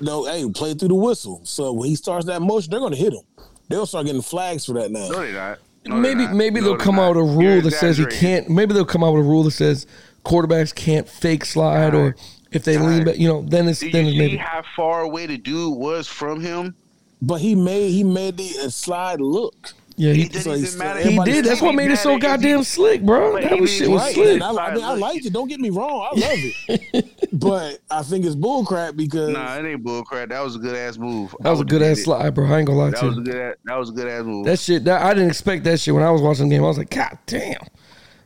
[SPEAKER 5] You know, hey, play through the whistle. So when he starts that motion, they're going to hit him. They'll start getting flags for that now.
[SPEAKER 6] No, they not. No, they
[SPEAKER 4] Maybe
[SPEAKER 6] not.
[SPEAKER 4] maybe
[SPEAKER 6] No,
[SPEAKER 4] they'll
[SPEAKER 6] they
[SPEAKER 4] come
[SPEAKER 6] not.
[SPEAKER 4] out with a
[SPEAKER 6] You're
[SPEAKER 4] rule that says you
[SPEAKER 6] exaggerating.
[SPEAKER 4] can't. Maybe they'll come out with a rule that says quarterbacks can't fake slide or if they lean
[SPEAKER 6] Right.
[SPEAKER 4] back. You know, then it's
[SPEAKER 6] Do you
[SPEAKER 4] then it's
[SPEAKER 6] see
[SPEAKER 4] maybe.
[SPEAKER 6] how far away the dude was from him?
[SPEAKER 5] But he made he made the uh, slide look.
[SPEAKER 4] Yeah,
[SPEAKER 6] He
[SPEAKER 4] he,
[SPEAKER 6] didn't
[SPEAKER 5] so he's-
[SPEAKER 6] even matter.
[SPEAKER 5] he
[SPEAKER 4] he
[SPEAKER 5] Everybody-
[SPEAKER 4] did. That's what made it so goddamn slick, bro.
[SPEAKER 6] But
[SPEAKER 4] That
[SPEAKER 6] he
[SPEAKER 4] was
[SPEAKER 6] made
[SPEAKER 4] shit
[SPEAKER 6] it
[SPEAKER 4] was
[SPEAKER 5] right.
[SPEAKER 4] slick.
[SPEAKER 5] And I, I, mean, I liked it. Don't get me wrong. I love it.
[SPEAKER 4] (laughs)
[SPEAKER 5] but I think it's bullcrap because
[SPEAKER 6] (laughs) Nah, it ain't bullcrap. That was a good ass move.
[SPEAKER 4] That was a
[SPEAKER 6] I would've
[SPEAKER 4] good
[SPEAKER 6] did
[SPEAKER 4] ass
[SPEAKER 6] it.
[SPEAKER 4] slide, bro. I ain't gonna lie
[SPEAKER 6] That
[SPEAKER 4] to
[SPEAKER 6] was a
[SPEAKER 4] you.
[SPEAKER 6] good. Ass, that was a good ass move.
[SPEAKER 4] That shit, that, I didn't expect that shit when I was watching the game. I was like, God damn,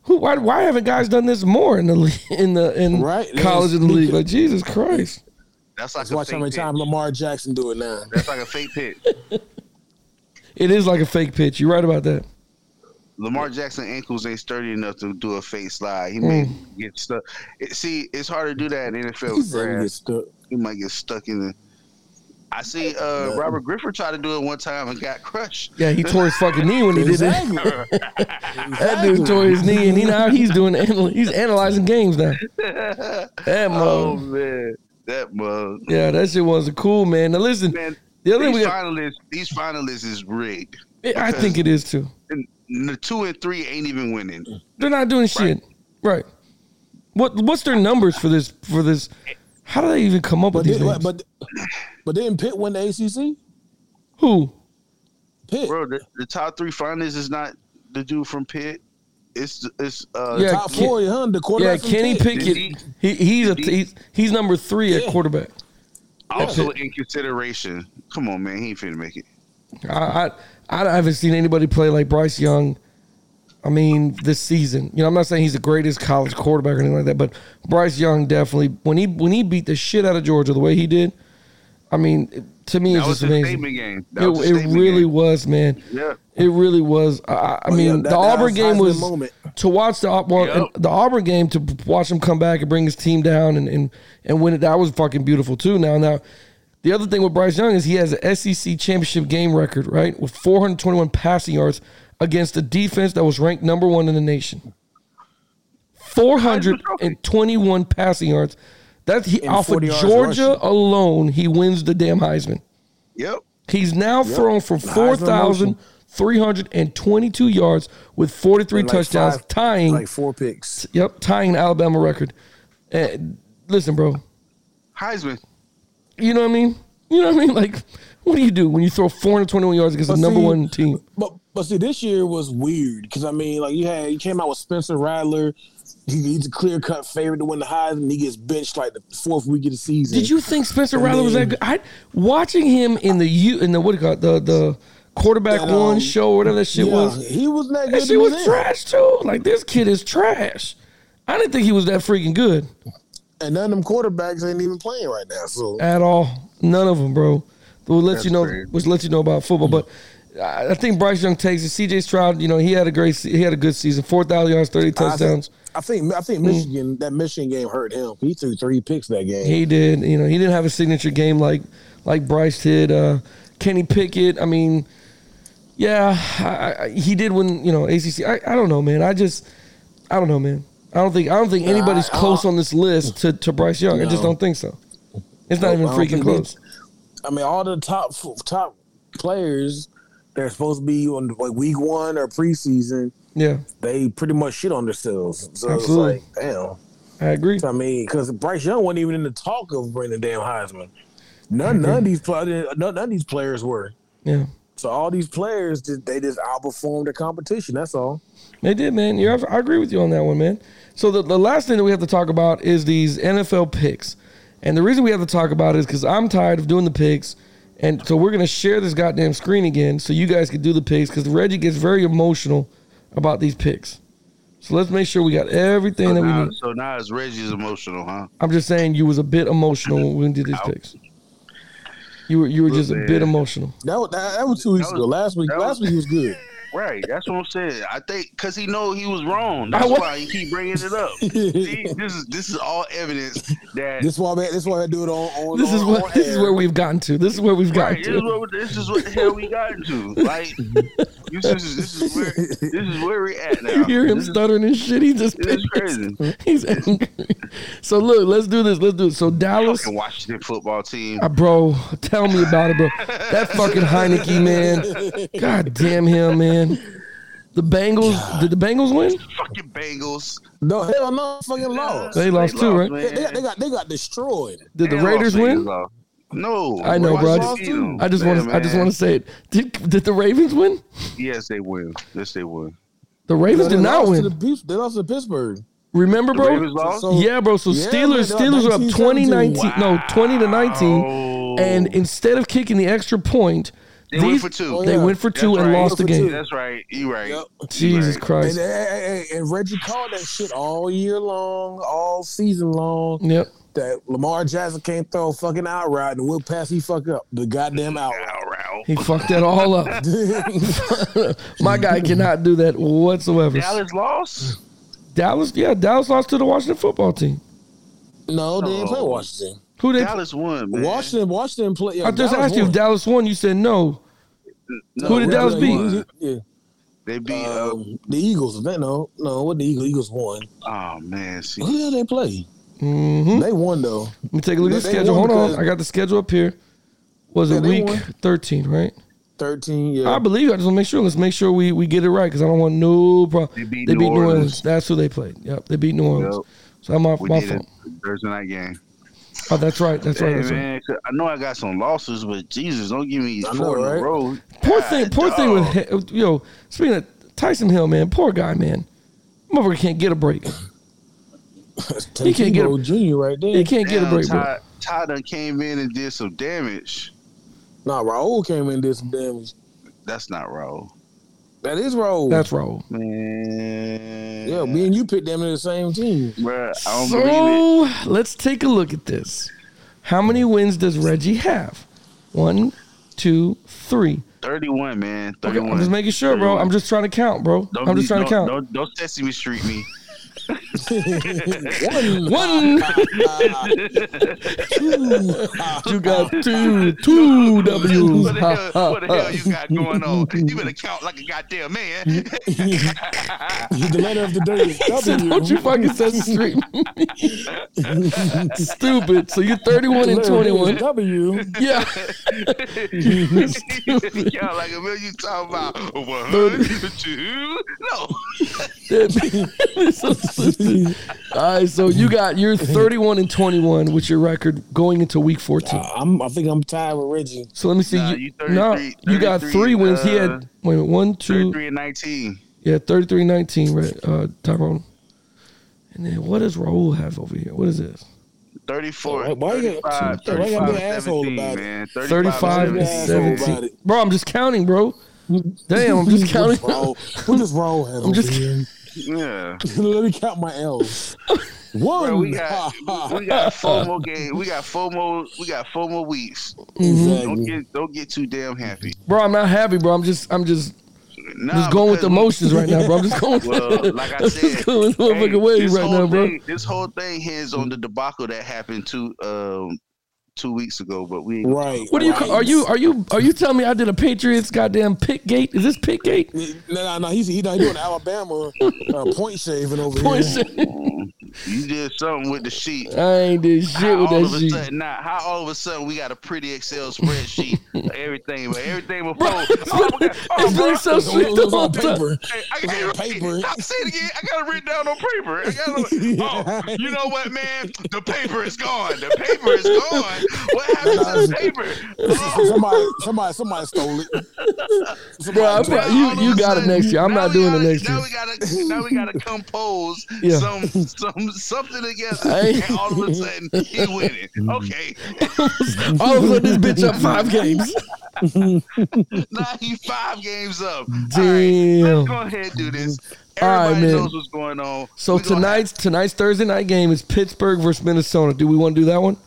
[SPEAKER 4] who? Why, why haven't guys done this more in the le- (laughs) in the in
[SPEAKER 5] Right.
[SPEAKER 4] college and the league? Like Jesus Christ,
[SPEAKER 6] That's like a
[SPEAKER 5] watch how
[SPEAKER 6] fake
[SPEAKER 5] many
[SPEAKER 6] pitch.
[SPEAKER 5] times Lamar Jackson do it now.
[SPEAKER 6] That's like a fake pitch.
[SPEAKER 4] it is like a fake pitch. You're right about that.
[SPEAKER 6] Lamar Jackson ankles ain't sturdy enough to do a fake slide. He may
[SPEAKER 4] Mm.
[SPEAKER 6] get stuck. It, see, it's hard to do that in
[SPEAKER 5] He
[SPEAKER 6] NFL
[SPEAKER 5] said he
[SPEAKER 6] grass.
[SPEAKER 5] gets stuck.
[SPEAKER 6] He might get stuck in the. I see uh, Robert Griffin tried to do it one time and got crushed.
[SPEAKER 4] Yeah, he
[SPEAKER 6] (laughs)
[SPEAKER 4] tore his fucking knee when he did that.
[SPEAKER 5] Exactly.
[SPEAKER 4] (laughs) That dude tore his knee, and he, now he's doing anal- he's analyzing games now. That mo,
[SPEAKER 6] Oh man, that mug.
[SPEAKER 4] yeah, that shit wasn't cool, man. Now listen,
[SPEAKER 6] Man,
[SPEAKER 4] the other thing we
[SPEAKER 6] these
[SPEAKER 4] got,
[SPEAKER 6] finalists, these finalists is rigged.
[SPEAKER 4] I think it is too.
[SPEAKER 6] And the two and three ain't even winning.
[SPEAKER 4] They're not doing shit, right? What what's their numbers for this for this? How do they even come up
[SPEAKER 5] But
[SPEAKER 4] with these
[SPEAKER 5] did,
[SPEAKER 4] names?
[SPEAKER 5] but but but didn't Pitt win the ACC?
[SPEAKER 4] Who?
[SPEAKER 5] Pitt.
[SPEAKER 6] Bro, the, the top three finalists is not the dude from Pitt. It's it's uh
[SPEAKER 4] Yeah,
[SPEAKER 5] top
[SPEAKER 4] Ken-
[SPEAKER 5] four, huh? The
[SPEAKER 4] Yeah,
[SPEAKER 5] quarterback. from
[SPEAKER 4] Kenny
[SPEAKER 5] Pitt.
[SPEAKER 4] Pickett.
[SPEAKER 6] Did
[SPEAKER 4] He, he's a
[SPEAKER 6] Did he-
[SPEAKER 4] he's, he's number three at
[SPEAKER 5] Yeah.
[SPEAKER 4] quarterback.
[SPEAKER 6] also in consideration. Come on, man, he ain't finna make it.
[SPEAKER 4] I, I I haven't seen anybody play like Bryce Young. I mean, this season. You know, I'm not saying he's the greatest college quarterback or anything like that, but Bryce Young definitely when he when he beat the shit out of Georgia the way he did. I mean, to me,
[SPEAKER 6] That
[SPEAKER 4] it's
[SPEAKER 6] was
[SPEAKER 4] just
[SPEAKER 6] a
[SPEAKER 4] amazing.
[SPEAKER 6] statement game. That
[SPEAKER 4] It,
[SPEAKER 6] was a
[SPEAKER 4] it
[SPEAKER 6] statement
[SPEAKER 4] really
[SPEAKER 6] game.
[SPEAKER 4] was, man.
[SPEAKER 6] Yeah.
[SPEAKER 4] It really was. I- I, I
[SPEAKER 5] Oh,
[SPEAKER 4] mean,
[SPEAKER 5] yeah, that-
[SPEAKER 4] the
[SPEAKER 5] that
[SPEAKER 4] Auburn
[SPEAKER 5] was
[SPEAKER 4] game
[SPEAKER 5] Heisman
[SPEAKER 4] was
[SPEAKER 5] moment.
[SPEAKER 4] to watch the Au- well,
[SPEAKER 6] Yep.
[SPEAKER 4] the Auburn game to watch him come back and bring his team down and and and win it. That was fucking beautiful too. Now now, the other thing with Bryce Young is he has an SEC championship game record right with 421 passing yards against a defense that was ranked number one in the nation. 421 passing yards. That's he,
[SPEAKER 5] And
[SPEAKER 4] off of
[SPEAKER 5] 40 yards
[SPEAKER 4] Georgia
[SPEAKER 5] rushing.
[SPEAKER 4] alone. He wins the damn Heisman.
[SPEAKER 6] Yep.
[SPEAKER 4] He's now thrown for
[SPEAKER 5] Heisman
[SPEAKER 4] 4,322 yards with 43
[SPEAKER 5] Like
[SPEAKER 4] touchdowns,
[SPEAKER 5] five-
[SPEAKER 4] tying
[SPEAKER 5] like four picks.
[SPEAKER 4] yep, tying an Alabama record. Eh, listen, bro,
[SPEAKER 6] Heisman.
[SPEAKER 4] you know what I mean? You know what I mean? (laughs) Like, what do you do when you throw 421 yards against the
[SPEAKER 5] But
[SPEAKER 4] number
[SPEAKER 5] see-
[SPEAKER 4] one team?
[SPEAKER 5] But but see, this year was weird because I mean, like you had you came out with Spencer Rattler. He, he's a clear cut favorite to win the Heisman. He gets benched like the fourth week of the season.
[SPEAKER 4] Did you think Spencer
[SPEAKER 5] And
[SPEAKER 4] Rattler was that
[SPEAKER 5] then-
[SPEAKER 4] good? I watching him in the U in the what do you call it, the the quarterback
[SPEAKER 5] And,
[SPEAKER 4] one
[SPEAKER 5] um,
[SPEAKER 4] show or whatever that shit
[SPEAKER 5] Yeah,
[SPEAKER 4] was.
[SPEAKER 5] he was not good.
[SPEAKER 4] That shit
[SPEAKER 5] to
[SPEAKER 4] was
[SPEAKER 5] me then.
[SPEAKER 4] trash too. Like this kid is trash. I didn't think he was that freaking good.
[SPEAKER 5] and none of them quarterbacks ain't even playing right now. So
[SPEAKER 4] at all. None of them, bro. Which lets you know,
[SPEAKER 6] crazy.
[SPEAKER 4] which lets you know about football. But I I think Bryce Young takes it. C.J. Stroud, you know, he had a great, se- he had a good season. Four thousand yards, thirty touchdowns. Mm-hmm.
[SPEAKER 5] I think I think Michigan that Michigan game hurt him. He threw three picks that game.
[SPEAKER 4] He did. You know, he didn't have a signature game like like Bryce did. Uh, Kenny Pickett. I mean, yeah, I, I, he did win. You know, ACC. I, I don't know, man. I just, I don't know, man. I don't think I don't think
[SPEAKER 5] Nah,
[SPEAKER 4] anybody's
[SPEAKER 5] I- I-
[SPEAKER 4] close on this list to, to Bryce Young. I just
[SPEAKER 5] No.
[SPEAKER 4] don't think so. It's not even
[SPEAKER 5] I don't
[SPEAKER 4] freaking
[SPEAKER 5] think
[SPEAKER 4] close.
[SPEAKER 5] I mean, all the top f- top players that are supposed to be on like week one or preseason,
[SPEAKER 4] Yeah,
[SPEAKER 5] they pretty much shit on themselves. So
[SPEAKER 4] Absolutely.
[SPEAKER 5] it's like, damn.
[SPEAKER 4] I agree.
[SPEAKER 5] I mean, because Bryce Young wasn't even in the talk of bringing damn Heisman. None, none of these players, none, none of these players were.
[SPEAKER 4] Yeah,
[SPEAKER 5] So all these players, did- they just outperformed the competition. That's all.
[SPEAKER 4] they did, man. You're, I agree with you on that one, man. So the, the last thing that we have to talk about is these NFL picks, and the reason we have to talk about it is because I'm tired of doing the picks, and so we're gonna share this goddamn screen again so you guys can do the picks because Reggie gets very emotional about these picks. So let's make sure we got everything that we
[SPEAKER 6] Now-
[SPEAKER 4] need.
[SPEAKER 6] so now it's Reggie's emotional, huh?
[SPEAKER 4] I'm just saying you was a bit emotional when we did these picks. You were you were just a bit
[SPEAKER 6] Man.
[SPEAKER 4] emotional.
[SPEAKER 5] That was, that, that was two weeks
[SPEAKER 6] That was-
[SPEAKER 5] ago. Last week,
[SPEAKER 6] that
[SPEAKER 5] last
[SPEAKER 6] was-
[SPEAKER 5] week he
[SPEAKER 4] (laughs)
[SPEAKER 5] was good.
[SPEAKER 6] Right, that's what I'm saying. I think because he know he was wrong. That's
[SPEAKER 4] wa-
[SPEAKER 6] why he keep bringing
[SPEAKER 4] (laughs)
[SPEAKER 6] it up. See, this is this is all evidence that
[SPEAKER 5] This why, man, this why I do it on. on
[SPEAKER 4] This
[SPEAKER 5] on,
[SPEAKER 4] is what
[SPEAKER 5] on
[SPEAKER 4] this is
[SPEAKER 5] air.
[SPEAKER 4] where we've gotten to. This is where we've gotten
[SPEAKER 6] Right, this is
[SPEAKER 4] to.
[SPEAKER 6] what this is what the hell we got into. Like this is this is where this is where we at
[SPEAKER 4] (laughs)
[SPEAKER 6] now.
[SPEAKER 4] You hear him
[SPEAKER 6] This is-
[SPEAKER 4] stuttering and shit. He's just
[SPEAKER 6] This is
[SPEAKER 4] pissed. (laughs) He's angry. So look, let's do this. Let's do it. So Dallas,
[SPEAKER 6] fucking Washington football team.
[SPEAKER 4] uh, bro, tell me about it, bro.
[SPEAKER 6] (laughs)
[SPEAKER 4] That fucking Heineke man. God damn him, man. The Bengals. Did the Bengals win?
[SPEAKER 6] Fucking Bengals. Oh,
[SPEAKER 5] No, hell no, fucking lost.
[SPEAKER 4] They lost too, right?
[SPEAKER 5] They, they got,
[SPEAKER 6] man.
[SPEAKER 5] they got they got destroyed.
[SPEAKER 4] Did the
[SPEAKER 6] They lost,
[SPEAKER 4] Raiders
[SPEAKER 6] Bengals
[SPEAKER 4] win?
[SPEAKER 6] lost. No,
[SPEAKER 4] I know, bro. I
[SPEAKER 6] Raiders
[SPEAKER 4] just,
[SPEAKER 6] beat 'em.
[SPEAKER 4] I just
[SPEAKER 6] Yeah,
[SPEAKER 4] want to. I just
[SPEAKER 6] man.
[SPEAKER 4] want to say it. Did did the Ravens win?
[SPEAKER 6] Yes, they win. Yes, they win.
[SPEAKER 4] The Ravens
[SPEAKER 5] They
[SPEAKER 4] did not
[SPEAKER 5] lost to
[SPEAKER 4] win.
[SPEAKER 5] the Pis- they lost to Pittsburgh.
[SPEAKER 4] Remember,
[SPEAKER 6] The
[SPEAKER 4] bro?
[SPEAKER 6] Ravens lost.
[SPEAKER 5] So-
[SPEAKER 4] yeah, bro. So
[SPEAKER 5] Oh, Yeah,
[SPEAKER 4] Steelers,
[SPEAKER 5] man,
[SPEAKER 4] Steelers
[SPEAKER 5] they're
[SPEAKER 4] are
[SPEAKER 5] up
[SPEAKER 4] up 20 19. No, 20 to 19.
[SPEAKER 6] Wow.
[SPEAKER 4] And instead of kicking the extra point,
[SPEAKER 6] Oh. They went
[SPEAKER 4] these-
[SPEAKER 6] for two.
[SPEAKER 4] They
[SPEAKER 5] Yeah.
[SPEAKER 4] went for two
[SPEAKER 6] That's
[SPEAKER 4] and
[SPEAKER 6] right.
[SPEAKER 4] lost the
[SPEAKER 5] They went for
[SPEAKER 4] game.
[SPEAKER 5] two.
[SPEAKER 6] That's right. You right.
[SPEAKER 5] Yep.
[SPEAKER 4] Jesus
[SPEAKER 6] Right.
[SPEAKER 5] And,
[SPEAKER 4] Christ.
[SPEAKER 5] and, and Reggie called that shit all year long, all season long.
[SPEAKER 4] Yep.
[SPEAKER 5] that Lamar Jackson can't throw a fucking out route and will pass he fuck up the goddamn out route.
[SPEAKER 6] All right.
[SPEAKER 4] He fucked that all up. My guy cannot do that whatsoever.
[SPEAKER 6] Dallas lost.
[SPEAKER 4] Dallas, yeah, Dallas lost to the Washington football team.
[SPEAKER 5] (laughs) no, they didn't play
[SPEAKER 6] No.
[SPEAKER 5] Washington.
[SPEAKER 4] Who (laughs) they?
[SPEAKER 6] Dallas won. Man.
[SPEAKER 5] Washington, Washington play.
[SPEAKER 4] I just asked you if
[SPEAKER 5] won.
[SPEAKER 4] Dallas won. You said no.
[SPEAKER 6] No,
[SPEAKER 4] who did Dallas
[SPEAKER 5] Yeah,
[SPEAKER 4] beat?
[SPEAKER 5] yeah, yeah.
[SPEAKER 6] They beat. Uh,
[SPEAKER 5] Um, the Eagles. They, no, no, what the Eagles? Eagles won.
[SPEAKER 6] oh man, see,
[SPEAKER 5] Who the hell they play?
[SPEAKER 4] Mm-hmm.
[SPEAKER 5] They won though.
[SPEAKER 4] Let me take a look at the
[SPEAKER 5] They
[SPEAKER 4] schedule.
[SPEAKER 5] won
[SPEAKER 4] Hold on.
[SPEAKER 5] because-
[SPEAKER 4] I got the schedule up here. Was
[SPEAKER 5] Yeah,
[SPEAKER 4] it
[SPEAKER 5] they
[SPEAKER 4] week
[SPEAKER 5] won.
[SPEAKER 4] 13, right?
[SPEAKER 5] Thirteen. Yeah.
[SPEAKER 4] I believe. you. I just want to make sure. Let's make sure we, we get it right because I don't want no problem.
[SPEAKER 6] They beat New
[SPEAKER 4] Orleans.
[SPEAKER 6] Orleans.
[SPEAKER 4] That's who they played. Yep, they beat New Orleans.
[SPEAKER 6] Yep.
[SPEAKER 4] So I'm off
[SPEAKER 6] we
[SPEAKER 4] my
[SPEAKER 6] did
[SPEAKER 4] fault.
[SPEAKER 6] it Thursday night game.
[SPEAKER 4] Oh, that's right. That's right.
[SPEAKER 6] Hey,
[SPEAKER 4] That's right.
[SPEAKER 6] man, 'cause I know I got some losses, but Jesus, don't give me
[SPEAKER 5] I know,
[SPEAKER 6] four in
[SPEAKER 5] right?
[SPEAKER 6] a row.
[SPEAKER 4] Poor
[SPEAKER 6] God,
[SPEAKER 4] thing. Poor thing
[SPEAKER 6] dog.
[SPEAKER 4] with he- yo. Speaking of Tyson Hill, man. Poor guy, man. Motherfucker can't get a break.
[SPEAKER 5] That's
[SPEAKER 4] He can't get
[SPEAKER 5] Tebow
[SPEAKER 4] a-
[SPEAKER 5] Junior right there.
[SPEAKER 4] He can't get a
[SPEAKER 6] Damn,
[SPEAKER 4] break, bro.
[SPEAKER 6] Ty, Ty done came in and did some damage.
[SPEAKER 5] Nah, Raul came in and did some damage.
[SPEAKER 6] That's not Raul.
[SPEAKER 5] That is Raul.
[SPEAKER 4] That's Raul.
[SPEAKER 6] Man.
[SPEAKER 5] yeah. Me and you picked them in the same team. (laughs)
[SPEAKER 6] Bruh, I don't believe it.
[SPEAKER 4] So let's take a look at this. How many wins does Reggie have? One, two, three.
[SPEAKER 6] 31, man.
[SPEAKER 4] Okay,
[SPEAKER 6] 31.
[SPEAKER 4] I'm just making sure, bro.
[SPEAKER 6] 31.
[SPEAKER 4] I'm just trying to count, bro.
[SPEAKER 6] Don't
[SPEAKER 4] I'm just
[SPEAKER 6] be-
[SPEAKER 4] trying to
[SPEAKER 6] don't-
[SPEAKER 4] count.
[SPEAKER 6] Don't, don't Sesame Street me.
[SPEAKER 5] One.
[SPEAKER 4] One. You
[SPEAKER 6] (laughs)
[SPEAKER 4] got two, two W's.
[SPEAKER 6] (laughs) What the,
[SPEAKER 5] (laughs)
[SPEAKER 6] hell, what the hell you got going on? You better count like a
[SPEAKER 5] (laughs)
[SPEAKER 6] goddamn man. (laughs)
[SPEAKER 5] the letter of the day
[SPEAKER 4] (laughs)
[SPEAKER 5] is
[SPEAKER 4] He said,
[SPEAKER 5] W.
[SPEAKER 4] Don't you
[SPEAKER 6] (laughs)
[SPEAKER 4] fucking set the street. Stupid. So you're 31 and 21.
[SPEAKER 5] W.
[SPEAKER 6] (laughs)
[SPEAKER 4] Yeah.
[SPEAKER 6] yeah, like a million you talking about one, two, no.
[SPEAKER 4] It's so stupid. All right, so you got you're 31 and 21 with your record going into week 14.
[SPEAKER 5] Uh, I'm. I think I'm tied with Reggie.
[SPEAKER 4] So let me see.
[SPEAKER 6] Nah,
[SPEAKER 4] you,
[SPEAKER 6] you
[SPEAKER 4] nah,
[SPEAKER 6] 33
[SPEAKER 4] you got
[SPEAKER 6] 33,
[SPEAKER 4] three wins. he
[SPEAKER 6] uh,
[SPEAKER 4] had wait a minute, one, two,
[SPEAKER 6] Thirty-three and nineteen.
[SPEAKER 4] yeah, 33 19, right? Uh, Tyrone. And then what does Raul have over here? What is this?
[SPEAKER 6] 34,
[SPEAKER 5] Why- why you gotta-
[SPEAKER 6] 35,
[SPEAKER 5] why you gotta be an
[SPEAKER 6] 35,
[SPEAKER 5] asshole
[SPEAKER 6] 17,
[SPEAKER 5] about it?
[SPEAKER 6] man.
[SPEAKER 4] 35
[SPEAKER 5] Yeah,
[SPEAKER 4] and
[SPEAKER 5] I know
[SPEAKER 4] 17.
[SPEAKER 5] about it.
[SPEAKER 4] Bro, I'm just counting, bro. Damn, I'm just counting. (laughs)
[SPEAKER 5] Raul, what does Raul have?
[SPEAKER 4] I'm
[SPEAKER 5] I'm
[SPEAKER 4] just-
[SPEAKER 5] just
[SPEAKER 4] (laughs)
[SPEAKER 5] here?
[SPEAKER 6] Yeah.
[SPEAKER 5] (laughs) let me count my L's. One.
[SPEAKER 6] Bro,
[SPEAKER 5] (laughs)
[SPEAKER 6] we got we got four more games. We got four more. We got four more weeks. Don't
[SPEAKER 5] exactly.
[SPEAKER 6] get don't get too damn happy.
[SPEAKER 4] Bro, I'm not happy, bro. I'm just I'm just
[SPEAKER 6] Nah,
[SPEAKER 4] just going with the
[SPEAKER 6] because-
[SPEAKER 4] emotions right now, bro. I'm just
[SPEAKER 6] (laughs)
[SPEAKER 4] going (laughs)
[SPEAKER 6] Well, like I
[SPEAKER 4] I'm just
[SPEAKER 6] said,
[SPEAKER 4] going the
[SPEAKER 6] hey,
[SPEAKER 4] motherfucking way
[SPEAKER 6] this
[SPEAKER 4] right
[SPEAKER 6] whole
[SPEAKER 4] now, bro.
[SPEAKER 6] thing- This whole thing hinges on the debacle that happened to um two weeks ago, but we ain't
[SPEAKER 5] Right.
[SPEAKER 4] What are you?
[SPEAKER 5] right.
[SPEAKER 4] Are you? Are you? Are you telling me I did a Patriots goddamn pick gate? Is this pick gate?
[SPEAKER 5] No, no, no. He's he, no, he doing Alabama uh, point shaving over
[SPEAKER 4] Boy,
[SPEAKER 5] here.
[SPEAKER 4] shit. (laughs)
[SPEAKER 6] You did something with the sheet.
[SPEAKER 4] I ain't did shit
[SPEAKER 6] How
[SPEAKER 4] with
[SPEAKER 6] all of a
[SPEAKER 4] that shit.
[SPEAKER 6] sudden, nah, how all of a sudden we got a pretty
[SPEAKER 4] (laughs)
[SPEAKER 6] Excel spreadsheet, of everything, but everything before.
[SPEAKER 4] it's
[SPEAKER 6] oh, my God. Oh,
[SPEAKER 4] been
[SPEAKER 6] bro.
[SPEAKER 4] so
[SPEAKER 5] It was-
[SPEAKER 4] sweet
[SPEAKER 5] it
[SPEAKER 4] the (laughs)
[SPEAKER 5] was
[SPEAKER 4] whole
[SPEAKER 5] on
[SPEAKER 4] time.
[SPEAKER 5] paper.
[SPEAKER 6] Hey, I
[SPEAKER 5] It
[SPEAKER 6] got
[SPEAKER 5] was on paper.
[SPEAKER 6] I say it again. I got it written down on paper. I gotta, oh, you know what, man? The paper is gone. The paper is gone. What happened to the paper? Oh,
[SPEAKER 5] Somebody, somebody, somebody
[SPEAKER 4] (laughs)
[SPEAKER 5] stole it.
[SPEAKER 4] Bro, I
[SPEAKER 5] Somebody
[SPEAKER 4] pro-
[SPEAKER 5] took
[SPEAKER 6] now
[SPEAKER 4] you,
[SPEAKER 6] all of
[SPEAKER 4] you
[SPEAKER 6] a
[SPEAKER 4] got it
[SPEAKER 6] sudden,
[SPEAKER 4] next year. I'm
[SPEAKER 6] now
[SPEAKER 4] not
[SPEAKER 6] we
[SPEAKER 4] doing
[SPEAKER 6] gotta,
[SPEAKER 4] it next
[SPEAKER 6] now
[SPEAKER 4] year.
[SPEAKER 6] We gotta, now we gotta compose
[SPEAKER 4] (laughs) Yeah.
[SPEAKER 6] some, some,
[SPEAKER 4] (laughs)
[SPEAKER 6] something together,
[SPEAKER 4] I ain't-
[SPEAKER 6] and all of a sudden he
[SPEAKER 4] (laughs)
[SPEAKER 6] winning. Okay,
[SPEAKER 4] All of a sudden, this bitch up five games.
[SPEAKER 6] now he five games up. All right,
[SPEAKER 4] Damn.
[SPEAKER 6] let's go ahead and do this.
[SPEAKER 4] All right,
[SPEAKER 6] Everybody
[SPEAKER 4] man.
[SPEAKER 6] knows what's going on.
[SPEAKER 4] So
[SPEAKER 6] We gonna
[SPEAKER 4] tonight's tonight's Thursday night game is Pittsburgh versus Minnesota. Do we want to do that one?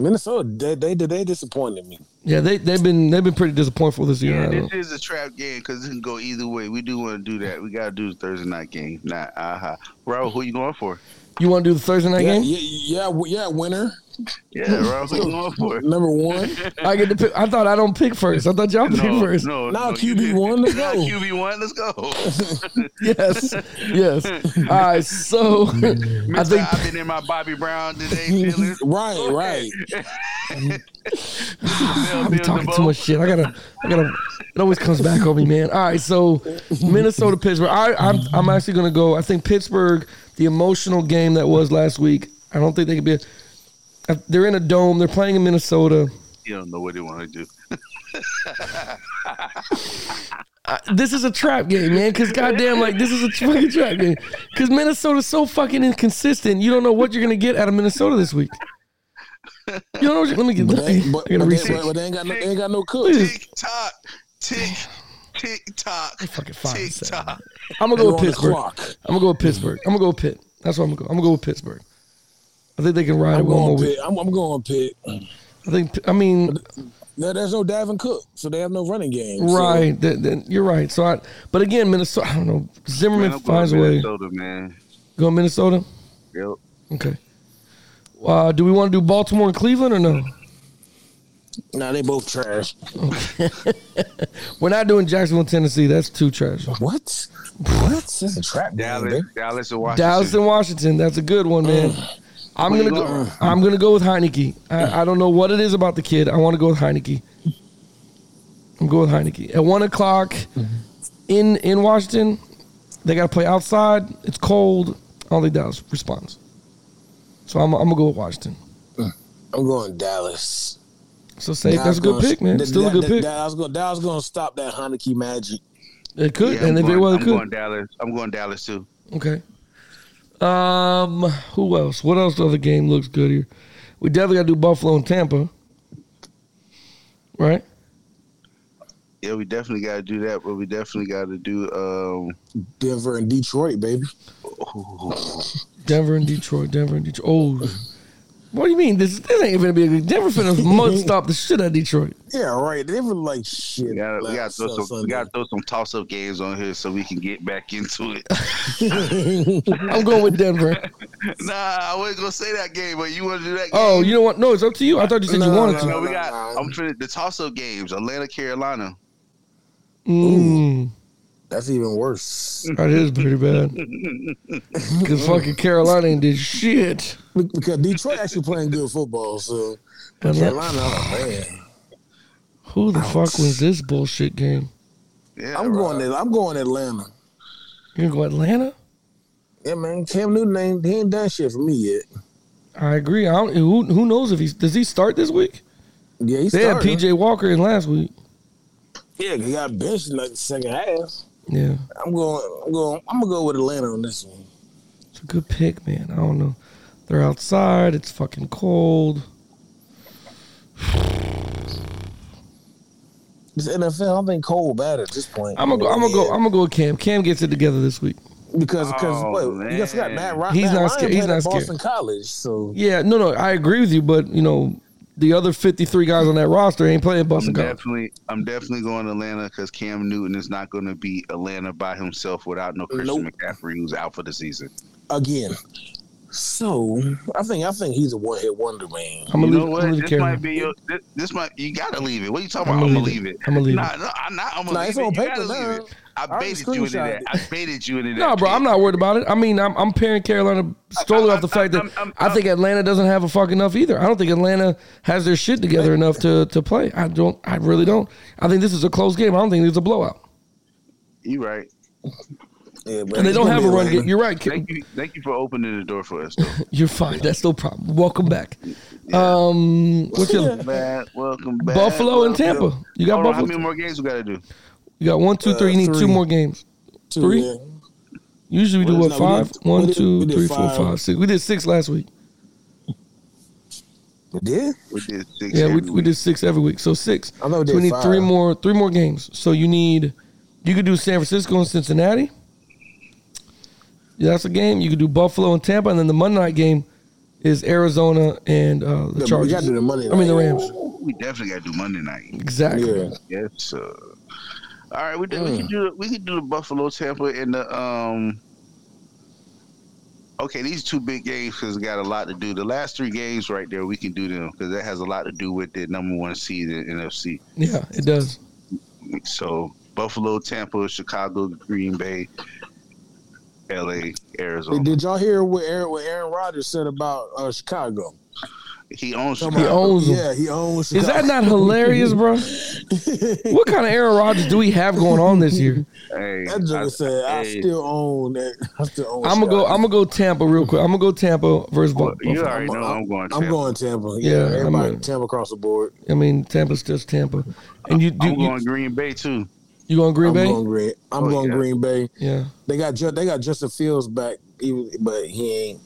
[SPEAKER 5] Minnesota, they, they they disappointed me.
[SPEAKER 4] Yeah, they they've been they've been pretty disappointful this year.
[SPEAKER 6] Yeah,
[SPEAKER 4] I
[SPEAKER 6] this
[SPEAKER 4] don't-
[SPEAKER 6] is a trap game because it can go either way. We do want to do that. We got to do the Thursday night game. Not aha. Raul, who you going for?
[SPEAKER 4] You want to do the Thursday night
[SPEAKER 5] Yeah,
[SPEAKER 4] game?
[SPEAKER 5] yeah, yeah, w- yeah, winner
[SPEAKER 6] Yeah,
[SPEAKER 4] (laughs)
[SPEAKER 6] Raul, who you going for?
[SPEAKER 5] number one.
[SPEAKER 4] I get to pick. I thought I don't pick first. I thought y'all pick first.
[SPEAKER 6] no,
[SPEAKER 5] Now
[SPEAKER 6] no, you
[SPEAKER 5] QB one,
[SPEAKER 6] (laughs)
[SPEAKER 5] let's
[SPEAKER 6] didn't. Now
[SPEAKER 5] go.
[SPEAKER 6] QB one, let's go. (laughs)
[SPEAKER 4] Yes, yes. All right, so I
[SPEAKER 6] I
[SPEAKER 4] think
[SPEAKER 6] have been in my Bobby
[SPEAKER 4] (laughs)
[SPEAKER 6] Brown today, feeling.
[SPEAKER 5] (laughs) right, right.
[SPEAKER 4] I'm talking too much shit. I gotta, I gotta. It always comes back on me, man. All right, so Minnesota, Pittsburgh. I, I'm, I'm actually gonna go. I think Pittsburgh, the emotional game that was last week. I don't think they could be. A, they're in a dome. They're playing in Minnesota.
[SPEAKER 6] You don't know what they want to do.
[SPEAKER 4] This is a trap game, man. Because goddamn, like this is a fucking trap game. Because Minnesota's so fucking inconsistent. You don't know what you're gonna get out of Minnesota this week. You don't know. What you're, let me get.
[SPEAKER 5] But, they,
[SPEAKER 4] I'm
[SPEAKER 5] but,
[SPEAKER 4] gonna
[SPEAKER 5] but, they,
[SPEAKER 4] reset.
[SPEAKER 5] but, but they ain't got no, they ain't got no cook.
[SPEAKER 6] Tick tock, tick, tick tock,
[SPEAKER 4] fucking five and
[SPEAKER 6] tick
[SPEAKER 4] seven.
[SPEAKER 6] tock.
[SPEAKER 4] I'm gonna
[SPEAKER 5] They're
[SPEAKER 4] go with
[SPEAKER 5] on the
[SPEAKER 4] Pittsburgh. I'm
[SPEAKER 5] clock.
[SPEAKER 4] gonna go with Pittsburgh. I'm gonna go with Pitt. That's what I'm gonna go. I'm gonna go with Pittsburgh. I think they can ride it
[SPEAKER 5] I'm
[SPEAKER 4] one more
[SPEAKER 5] going
[SPEAKER 4] week.
[SPEAKER 5] pit. I'm, I'm going pit.
[SPEAKER 4] I think. I mean,
[SPEAKER 5] There, there's no Davin Cook, so they have no running game. so-
[SPEAKER 4] right. Th- th- you're right. So, I, but again, Minnesota. I don't know. Zimmerman
[SPEAKER 6] Man, I'm going
[SPEAKER 4] finds
[SPEAKER 6] to
[SPEAKER 4] a way.
[SPEAKER 6] Minnesota, man.
[SPEAKER 4] Go Minnesota.
[SPEAKER 6] Yep.
[SPEAKER 4] Okay. Uh, do we want to do Baltimore and Cleveland or no?
[SPEAKER 5] Nah, they both trash.
[SPEAKER 4] We're not doing Jacksonville, Tennessee. That's too trash.
[SPEAKER 5] What? What? This is a trap game.
[SPEAKER 6] Dallas,
[SPEAKER 5] They-
[SPEAKER 6] Dallas, and Washington.
[SPEAKER 4] Dallas and Washington. That's a good one, man. I'm
[SPEAKER 6] Where
[SPEAKER 4] gonna
[SPEAKER 6] you
[SPEAKER 4] go.
[SPEAKER 6] going?
[SPEAKER 4] I'm gonna go with Heineke. I, I don't know what it is about the kid. I want to go with Heineke. I'm going with Heineke at one o'clock
[SPEAKER 6] Mm-hmm.
[SPEAKER 4] in in Washington. They got to play outside. It's cold. I don't think Dallas responds. So I'm, I'm gonna go with Washington.
[SPEAKER 5] I'm going Dallas.
[SPEAKER 4] So safe.
[SPEAKER 5] Dallas
[SPEAKER 4] That's a good
[SPEAKER 5] gonna-
[SPEAKER 4] pick, man.
[SPEAKER 5] Da-
[SPEAKER 4] Still a
[SPEAKER 5] Da-
[SPEAKER 4] good
[SPEAKER 5] Da-
[SPEAKER 4] pick.
[SPEAKER 5] Dallas going Dallas going to stop that Heineke magic.
[SPEAKER 4] It could,
[SPEAKER 6] Yeah, I'm
[SPEAKER 4] and if it
[SPEAKER 6] going-
[SPEAKER 4] was, it
[SPEAKER 6] I'm going
[SPEAKER 4] could.
[SPEAKER 6] Dallas. I'm going Dallas too.
[SPEAKER 4] Okay. Um, who else? What else? Other game looks good here. We definitely got to do Buffalo and Tampa, right?
[SPEAKER 6] Yeah, we definitely got to do that, but we definitely got to do. Um,
[SPEAKER 5] Denver and Detroit, baby.
[SPEAKER 4] Denver and Detroit. Denver and Detroit. Oh, what do you mean? This this ain't even gonna be a good. Denver
[SPEAKER 5] (laughs)
[SPEAKER 4] finna mud stop the shit out of Detroit.
[SPEAKER 5] Yeah, right. They were like shit.
[SPEAKER 6] we got to
[SPEAKER 5] last uh,
[SPEAKER 6] throw some. We
[SPEAKER 5] Sunday.
[SPEAKER 6] got to throw some toss up games on here so we can get back into
[SPEAKER 4] (laughs)
[SPEAKER 6] it.
[SPEAKER 4] I'm going with Denver.
[SPEAKER 6] nah, I wasn't gonna say that game, but you want to do that? Game?
[SPEAKER 4] Oh, you know what? No, it's up to you. I thought you said you
[SPEAKER 5] No,
[SPEAKER 4] wanted
[SPEAKER 6] no,
[SPEAKER 4] to.
[SPEAKER 6] we got. I'm finna the toss up games. Atlanta, Carolina.
[SPEAKER 4] Mm,
[SPEAKER 5] That's even worse
[SPEAKER 6] (laughs)
[SPEAKER 4] that is pretty bad. Cause fucking Carolina ain't did shit.
[SPEAKER 5] Be- because Detroit actually playing good football. So
[SPEAKER 4] And that-
[SPEAKER 5] Carolina, oh, man,
[SPEAKER 4] who the fuck was this bullshit game?
[SPEAKER 6] Yeah,
[SPEAKER 5] I'm
[SPEAKER 6] bro.
[SPEAKER 5] going. To, I'm going Atlanta.
[SPEAKER 4] You gonna go Atlanta?
[SPEAKER 5] Yeah, man. Cam Newton ain't he ain't done shit for me yet.
[SPEAKER 4] I agree. I don't, who who knows if he does he start this week?
[SPEAKER 5] Yeah, he
[SPEAKER 4] They
[SPEAKER 5] started.
[SPEAKER 4] had PJ Walker in last week.
[SPEAKER 5] Yeah, he got benched in like the second half.
[SPEAKER 4] Yeah,
[SPEAKER 5] I'm going. I'm going. I'm gonna go with Atlanta on this one.
[SPEAKER 4] it's a good pick, man. I don't know. They're outside. It's fucking cold.
[SPEAKER 5] This NFL, I think cold bad at this point.
[SPEAKER 4] I'm gonna go. I'm gonna go. I'm gonna go with Cam. Cam gets it together this week.
[SPEAKER 5] because because
[SPEAKER 6] Oh,
[SPEAKER 5] what, you guys got
[SPEAKER 6] man.
[SPEAKER 5] Matt Ryan.
[SPEAKER 4] He's
[SPEAKER 5] Matt
[SPEAKER 4] not
[SPEAKER 5] Ryan
[SPEAKER 4] scared- he's
[SPEAKER 5] played
[SPEAKER 4] not
[SPEAKER 5] at
[SPEAKER 4] scared.
[SPEAKER 5] Boston College, so
[SPEAKER 4] Yeah. No. No. I agree with you, but you know, the other 53 guys on that roster ain't playing
[SPEAKER 6] I'm
[SPEAKER 4] Boston College.
[SPEAKER 6] definitely, I'm definitely going to Atlanta because Cam Newton is not going to be Atlanta by himself without no Christian
[SPEAKER 5] Nope.
[SPEAKER 6] McCaffrey, who's out for the season.
[SPEAKER 5] again, So I think I think he's a one hit wonder man.
[SPEAKER 4] I'm
[SPEAKER 6] you
[SPEAKER 4] gonna leave,
[SPEAKER 6] know
[SPEAKER 4] I'm
[SPEAKER 6] what?
[SPEAKER 4] gonna leave
[SPEAKER 6] This
[SPEAKER 4] Karen.
[SPEAKER 6] might be your. This, this might. You gotta leave it. What are you talking
[SPEAKER 4] I'ma
[SPEAKER 6] about? I'm gonna
[SPEAKER 4] leave
[SPEAKER 6] leave
[SPEAKER 4] it.
[SPEAKER 6] it.
[SPEAKER 4] I'ma leave
[SPEAKER 6] Nah, no, I'm not. I'm gonna
[SPEAKER 5] Nah,
[SPEAKER 6] leave
[SPEAKER 5] it's
[SPEAKER 6] it.
[SPEAKER 5] on
[SPEAKER 6] You
[SPEAKER 5] paper
[SPEAKER 6] gotta leave
[SPEAKER 5] now.
[SPEAKER 6] it. I
[SPEAKER 5] I already
[SPEAKER 6] baited you into
[SPEAKER 5] screenshotted
[SPEAKER 6] that. I baited you into that.
[SPEAKER 4] No, bro,
[SPEAKER 6] kid.
[SPEAKER 4] I'm not worried about it. I mean, I'm, I'm pairing Carolina solely off the fact that
[SPEAKER 6] I'm- I'm-
[SPEAKER 4] I think Atlanta doesn't have a fuck enough either. I don't think Atlanta has their shit together enough to, to play. I don't. I really don't. I think this is a close game. I don't think it's a blowout.
[SPEAKER 6] You right.
[SPEAKER 5] Yeah, but
[SPEAKER 4] And they
[SPEAKER 5] it's
[SPEAKER 4] don't
[SPEAKER 5] gonna
[SPEAKER 4] have
[SPEAKER 5] be
[SPEAKER 4] a run
[SPEAKER 5] Atlanta.
[SPEAKER 4] game. You're right. Ca-
[SPEAKER 6] Thank you. Thank you for opening the door for us.
[SPEAKER 4] (laughs)
[SPEAKER 6] Though.
[SPEAKER 4] You're fine. That's no problem. Welcome back. Um, what's your
[SPEAKER 6] Back, welcome back.
[SPEAKER 4] Buffalo and
[SPEAKER 6] welcome.
[SPEAKER 4] Tampa? You got
[SPEAKER 6] Hold on, how many
[SPEAKER 4] Buffalo.
[SPEAKER 6] more games we gotta do?
[SPEAKER 4] You got one, two, three. You need
[SPEAKER 5] Uh,
[SPEAKER 4] two
[SPEAKER 5] three.
[SPEAKER 4] more games.
[SPEAKER 5] Two,
[SPEAKER 4] Three?
[SPEAKER 5] yeah.
[SPEAKER 4] Usually we do what
[SPEAKER 5] Well, no, we
[SPEAKER 4] five?
[SPEAKER 5] did- we
[SPEAKER 4] One,
[SPEAKER 5] did-
[SPEAKER 4] two,
[SPEAKER 5] we did
[SPEAKER 4] three, four,
[SPEAKER 5] five.
[SPEAKER 4] five, six. We did six last week.
[SPEAKER 5] We did.
[SPEAKER 6] We did six.
[SPEAKER 4] Yeah, we,
[SPEAKER 6] every
[SPEAKER 4] we
[SPEAKER 6] week.
[SPEAKER 4] did six every week. So six.
[SPEAKER 5] I thought we
[SPEAKER 4] so
[SPEAKER 5] did
[SPEAKER 4] we need
[SPEAKER 5] five.
[SPEAKER 4] three more three more games. So you need you could do San Francisco and Cincinnati. Yeah, that's a game. You could do Buffalo and Tampa, and then the Monday night game is Arizona and uh, the
[SPEAKER 5] we
[SPEAKER 4] Chargers.
[SPEAKER 5] gotta do the Monday
[SPEAKER 4] I mean the
[SPEAKER 5] night.
[SPEAKER 4] Rams.
[SPEAKER 6] We definitely gotta do Monday night.
[SPEAKER 4] Exactly.
[SPEAKER 5] Yeah.
[SPEAKER 6] Yes. sir. all right, we, did, we can do the- we can do the Buffalo Tampa and the um. Okay, these two big games has got a lot to do. The last three games right there, we can do them because that has a lot to do with the number one seed in NFC.
[SPEAKER 4] Yeah, it does.
[SPEAKER 6] So Buffalo, Tampa, Chicago, Green Bay, L.A.,
[SPEAKER 5] Hey,
[SPEAKER 6] Arizona.
[SPEAKER 5] Did y'all hear what Aaron, what Aaron Rodgers said about uh, Chicago?
[SPEAKER 6] He owns
[SPEAKER 4] He
[SPEAKER 6] Chicago.
[SPEAKER 4] owns them.
[SPEAKER 5] Yeah, he owns. Chicago.
[SPEAKER 4] Is that
[SPEAKER 5] (laughs)
[SPEAKER 4] not hilarious, bro? what kind of Aaron Rodgers do we have going on this
[SPEAKER 5] (laughs)
[SPEAKER 4] year?
[SPEAKER 6] Hey,
[SPEAKER 5] That
[SPEAKER 6] I-
[SPEAKER 5] nigga said, "I
[SPEAKER 6] hey,
[SPEAKER 5] still own that. (laughs) I still own."
[SPEAKER 4] I'm gonna go. I'm gonna go Tampa real quick. I'm gonna go Tampa versus Bu-
[SPEAKER 6] well, you
[SPEAKER 4] Buffalo.
[SPEAKER 6] already know I'm going.
[SPEAKER 5] I'm
[SPEAKER 6] Tampa.
[SPEAKER 5] going Tampa.
[SPEAKER 4] Yeah,
[SPEAKER 5] Yeah,
[SPEAKER 4] I'm
[SPEAKER 5] everybody
[SPEAKER 4] gonna-
[SPEAKER 5] Tampa across the board.
[SPEAKER 4] I mean, Tampa's just Tampa. And you do
[SPEAKER 6] I'm
[SPEAKER 4] you,
[SPEAKER 6] going Green Bay too.
[SPEAKER 4] you going Green
[SPEAKER 5] I'm
[SPEAKER 4] Bay?
[SPEAKER 5] going Green. I'm
[SPEAKER 6] Oh,
[SPEAKER 5] going
[SPEAKER 6] yeah.
[SPEAKER 5] Green Bay.
[SPEAKER 4] yeah.
[SPEAKER 5] They got Ju- they got Justin Fields back, even, but he ain't.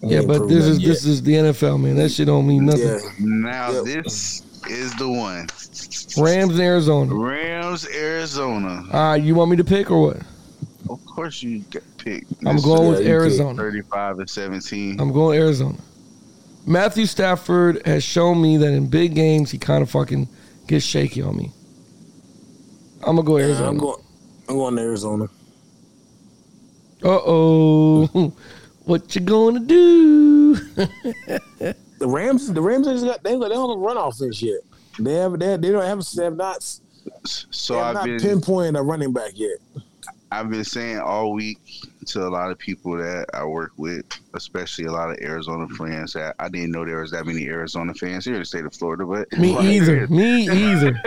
[SPEAKER 5] he
[SPEAKER 4] Yeah,
[SPEAKER 5] ain't
[SPEAKER 4] but
[SPEAKER 5] proved
[SPEAKER 4] this is
[SPEAKER 5] nothing
[SPEAKER 4] this is the NFL, man. That shit don't mean
[SPEAKER 5] yet.
[SPEAKER 4] nothing.
[SPEAKER 6] Now
[SPEAKER 5] Yep.
[SPEAKER 6] this is the one.
[SPEAKER 4] Rams and Arizona.
[SPEAKER 6] Rams, Arizona.
[SPEAKER 4] All right, you want me to pick or what?
[SPEAKER 6] Of course you get picked.
[SPEAKER 4] I'm
[SPEAKER 6] This
[SPEAKER 4] going
[SPEAKER 5] yeah,
[SPEAKER 4] with
[SPEAKER 5] you pick.
[SPEAKER 6] is
[SPEAKER 4] Arizona.
[SPEAKER 6] 35 and 17.
[SPEAKER 4] I'm going Arizona. Matthew Stafford has shown me that in big games he kind of fucking gets shaky on me. I'm gonna go
[SPEAKER 5] Yeah,
[SPEAKER 4] Arizona.
[SPEAKER 5] I'm going. I'm going to Arizona.
[SPEAKER 4] uh oh, (laughs) what you gonna
[SPEAKER 5] (laughs)
[SPEAKER 4] do?
[SPEAKER 5] The Rams. The Rams. They just got. They, they don't have a run offense yet. They have. They, they don't have. They have not. They
[SPEAKER 6] So
[SPEAKER 5] have
[SPEAKER 6] I've
[SPEAKER 5] not
[SPEAKER 6] been
[SPEAKER 5] pinpointed a running back yet.
[SPEAKER 6] I've been saying all week to a lot of people that I work with, especially a lot of Arizona friends that I didn't know there was that many Arizona fans here in the state of Florida, but
[SPEAKER 4] me either.
[SPEAKER 5] (laughs)
[SPEAKER 4] Me either.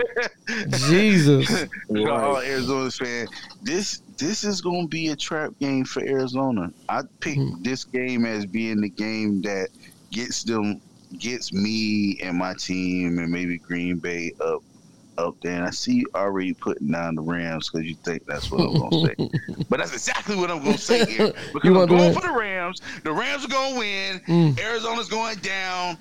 [SPEAKER 4] Jesus.
[SPEAKER 6] So, all
[SPEAKER 5] Right.
[SPEAKER 6] Arizona fan, this this is going to be a trap game for Arizona. I pick
[SPEAKER 4] Hmm.
[SPEAKER 6] this game as being the game that gets them, gets me and my team and maybe Green Bay up up there. And I see you already putting down the Rams because you think that's what I'm going
[SPEAKER 4] (laughs)
[SPEAKER 6] to say, but that's exactly what I'm going to say here because
[SPEAKER 4] You
[SPEAKER 6] I'm
[SPEAKER 4] want the
[SPEAKER 6] going
[SPEAKER 4] Rams?
[SPEAKER 6] for the Rams. The Rams are going to win.
[SPEAKER 4] Mm.
[SPEAKER 6] Arizona's going down.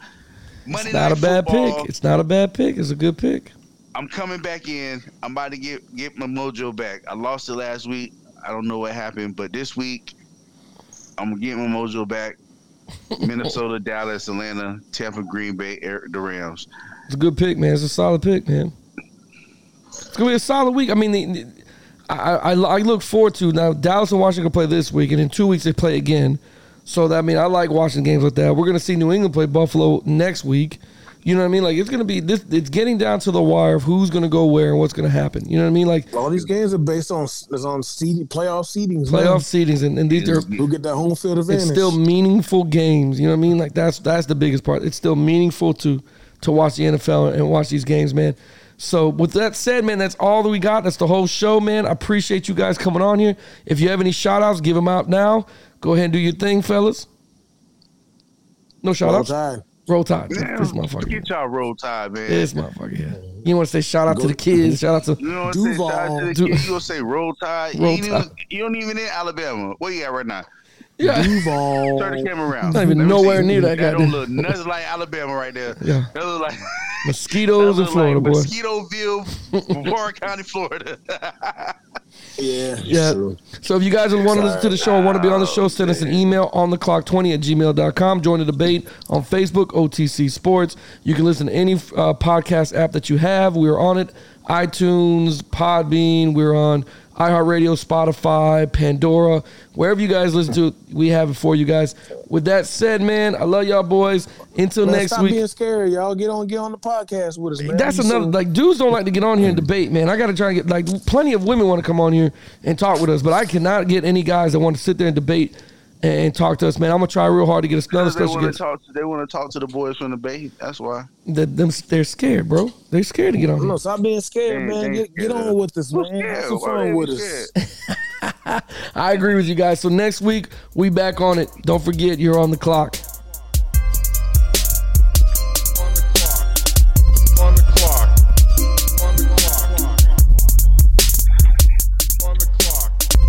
[SPEAKER 6] Monday
[SPEAKER 4] It's not a
[SPEAKER 6] Night
[SPEAKER 4] bad
[SPEAKER 6] Football.
[SPEAKER 4] pick. It's not a bad pick. It's a good pick.
[SPEAKER 6] I'm coming back in. I'm about to get get my mojo back. I lost it last week. I don't know what happened, but this week I'm gonna get my
[SPEAKER 4] (laughs)
[SPEAKER 6] mojo back. Minnesota, Dallas, Atlanta, Tampa, Green Bay, Air, the Rams.
[SPEAKER 4] It's a good pick, man. It's a solid pick, man. It's gonna be a solid week. I mean, the- the- I, I I look forward to now. Dallas and Washington play this week, and in two weeks they play again. So that I mean, I like watching games like that. We're gonna see New England play Buffalo next week. You know what I mean? Like it's gonna be this. It's getting down to the wire of who's gonna go where and what's gonna happen. You know what I mean? Like
[SPEAKER 5] All these games are based on is on seed, playoff seedings.
[SPEAKER 4] playoff seedings, and, and these are
[SPEAKER 5] Who get that home field advantage?
[SPEAKER 4] it's still meaningful games. You know what I mean? Like that's that's the biggest part. It's still meaningful to to watch the NFL and watch these games, man. So with that said, man, that's all that we got. That's the whole show, man. I appreciate you guys coming on here. If you have any shout outs, give them out now. Go ahead and do your thing, fellas. No shout
[SPEAKER 5] Long
[SPEAKER 4] outs.
[SPEAKER 5] time.
[SPEAKER 4] Roll Tide.
[SPEAKER 6] Man,
[SPEAKER 4] This motherfucker.
[SPEAKER 6] get y'all roll tide, man.
[SPEAKER 4] This motherfucker. Yeah. You want to say shout out to the kids? Shout out to
[SPEAKER 6] You know what I'm saying?
[SPEAKER 5] Duval.
[SPEAKER 6] Shout out to the
[SPEAKER 4] Du-
[SPEAKER 6] kids. You gonna say roll tide?
[SPEAKER 4] Roll
[SPEAKER 6] you,
[SPEAKER 4] Tide.
[SPEAKER 6] Don't even, you don't even in Alabama. Where you at right now?
[SPEAKER 4] yeah.
[SPEAKER 5] Duval.
[SPEAKER 6] Turn the camera around.
[SPEAKER 4] Oh, Not even
[SPEAKER 6] Let me
[SPEAKER 4] nowhere
[SPEAKER 6] see.
[SPEAKER 4] near that
[SPEAKER 6] That
[SPEAKER 4] goddamn-
[SPEAKER 6] don't look nothing like Alabama right there.
[SPEAKER 4] Yeah.
[SPEAKER 6] That look like
[SPEAKER 4] Mosquitoes in
[SPEAKER 6] that look
[SPEAKER 4] Florida,
[SPEAKER 6] like
[SPEAKER 4] boy. (laughs)
[SPEAKER 6] Mosquitoville, Brevard County, Florida.
[SPEAKER 5] Yeah.
[SPEAKER 4] Yeah.
[SPEAKER 5] True.
[SPEAKER 4] So if you guys want to listen to the show or want to be on the show, send us an email on the clock 20 at gmail.com. Join the debate on Facebook, OTC Sports. You can listen to any uh, podcast app that you have. We are on it. iTunes, Podbean. We're on iHeartRadio, Spotify, Pandora, wherever you guys listen to it, we have it for you guys. With that said, man, I love y'all boys. Until
[SPEAKER 5] Man,
[SPEAKER 4] next
[SPEAKER 5] stop
[SPEAKER 4] week.
[SPEAKER 5] being scared, y'all. Get on, get on the podcast with us, man.
[SPEAKER 4] That's
[SPEAKER 5] Be
[SPEAKER 4] another
[SPEAKER 5] soon.
[SPEAKER 4] like dudes don't like to get on here and debate, man. I gotta try and get like plenty of women want to come on here and talk with us, but I cannot get any guys that want to sit there and debate and talk to us, man. I'm gonna try real hard to get us another
[SPEAKER 6] they
[SPEAKER 4] special
[SPEAKER 6] want to
[SPEAKER 4] guest.
[SPEAKER 6] talk. They want to talk to the boys from the Bay. That's why.
[SPEAKER 4] That them they're scared, bro. They're scared to get on.
[SPEAKER 5] No,
[SPEAKER 4] Here.
[SPEAKER 5] stop being scared,
[SPEAKER 6] Dang,
[SPEAKER 5] man.
[SPEAKER 6] dang,
[SPEAKER 5] Get, get
[SPEAKER 6] yeah.
[SPEAKER 5] on with us,
[SPEAKER 6] Who
[SPEAKER 5] man. Have
[SPEAKER 6] scared?
[SPEAKER 5] some
[SPEAKER 6] Why
[SPEAKER 5] fun
[SPEAKER 6] they
[SPEAKER 5] with
[SPEAKER 6] be
[SPEAKER 5] us.
[SPEAKER 6] scared?
[SPEAKER 4] I agree with you guys. So next week we back on it. Don't forget you're on the clock.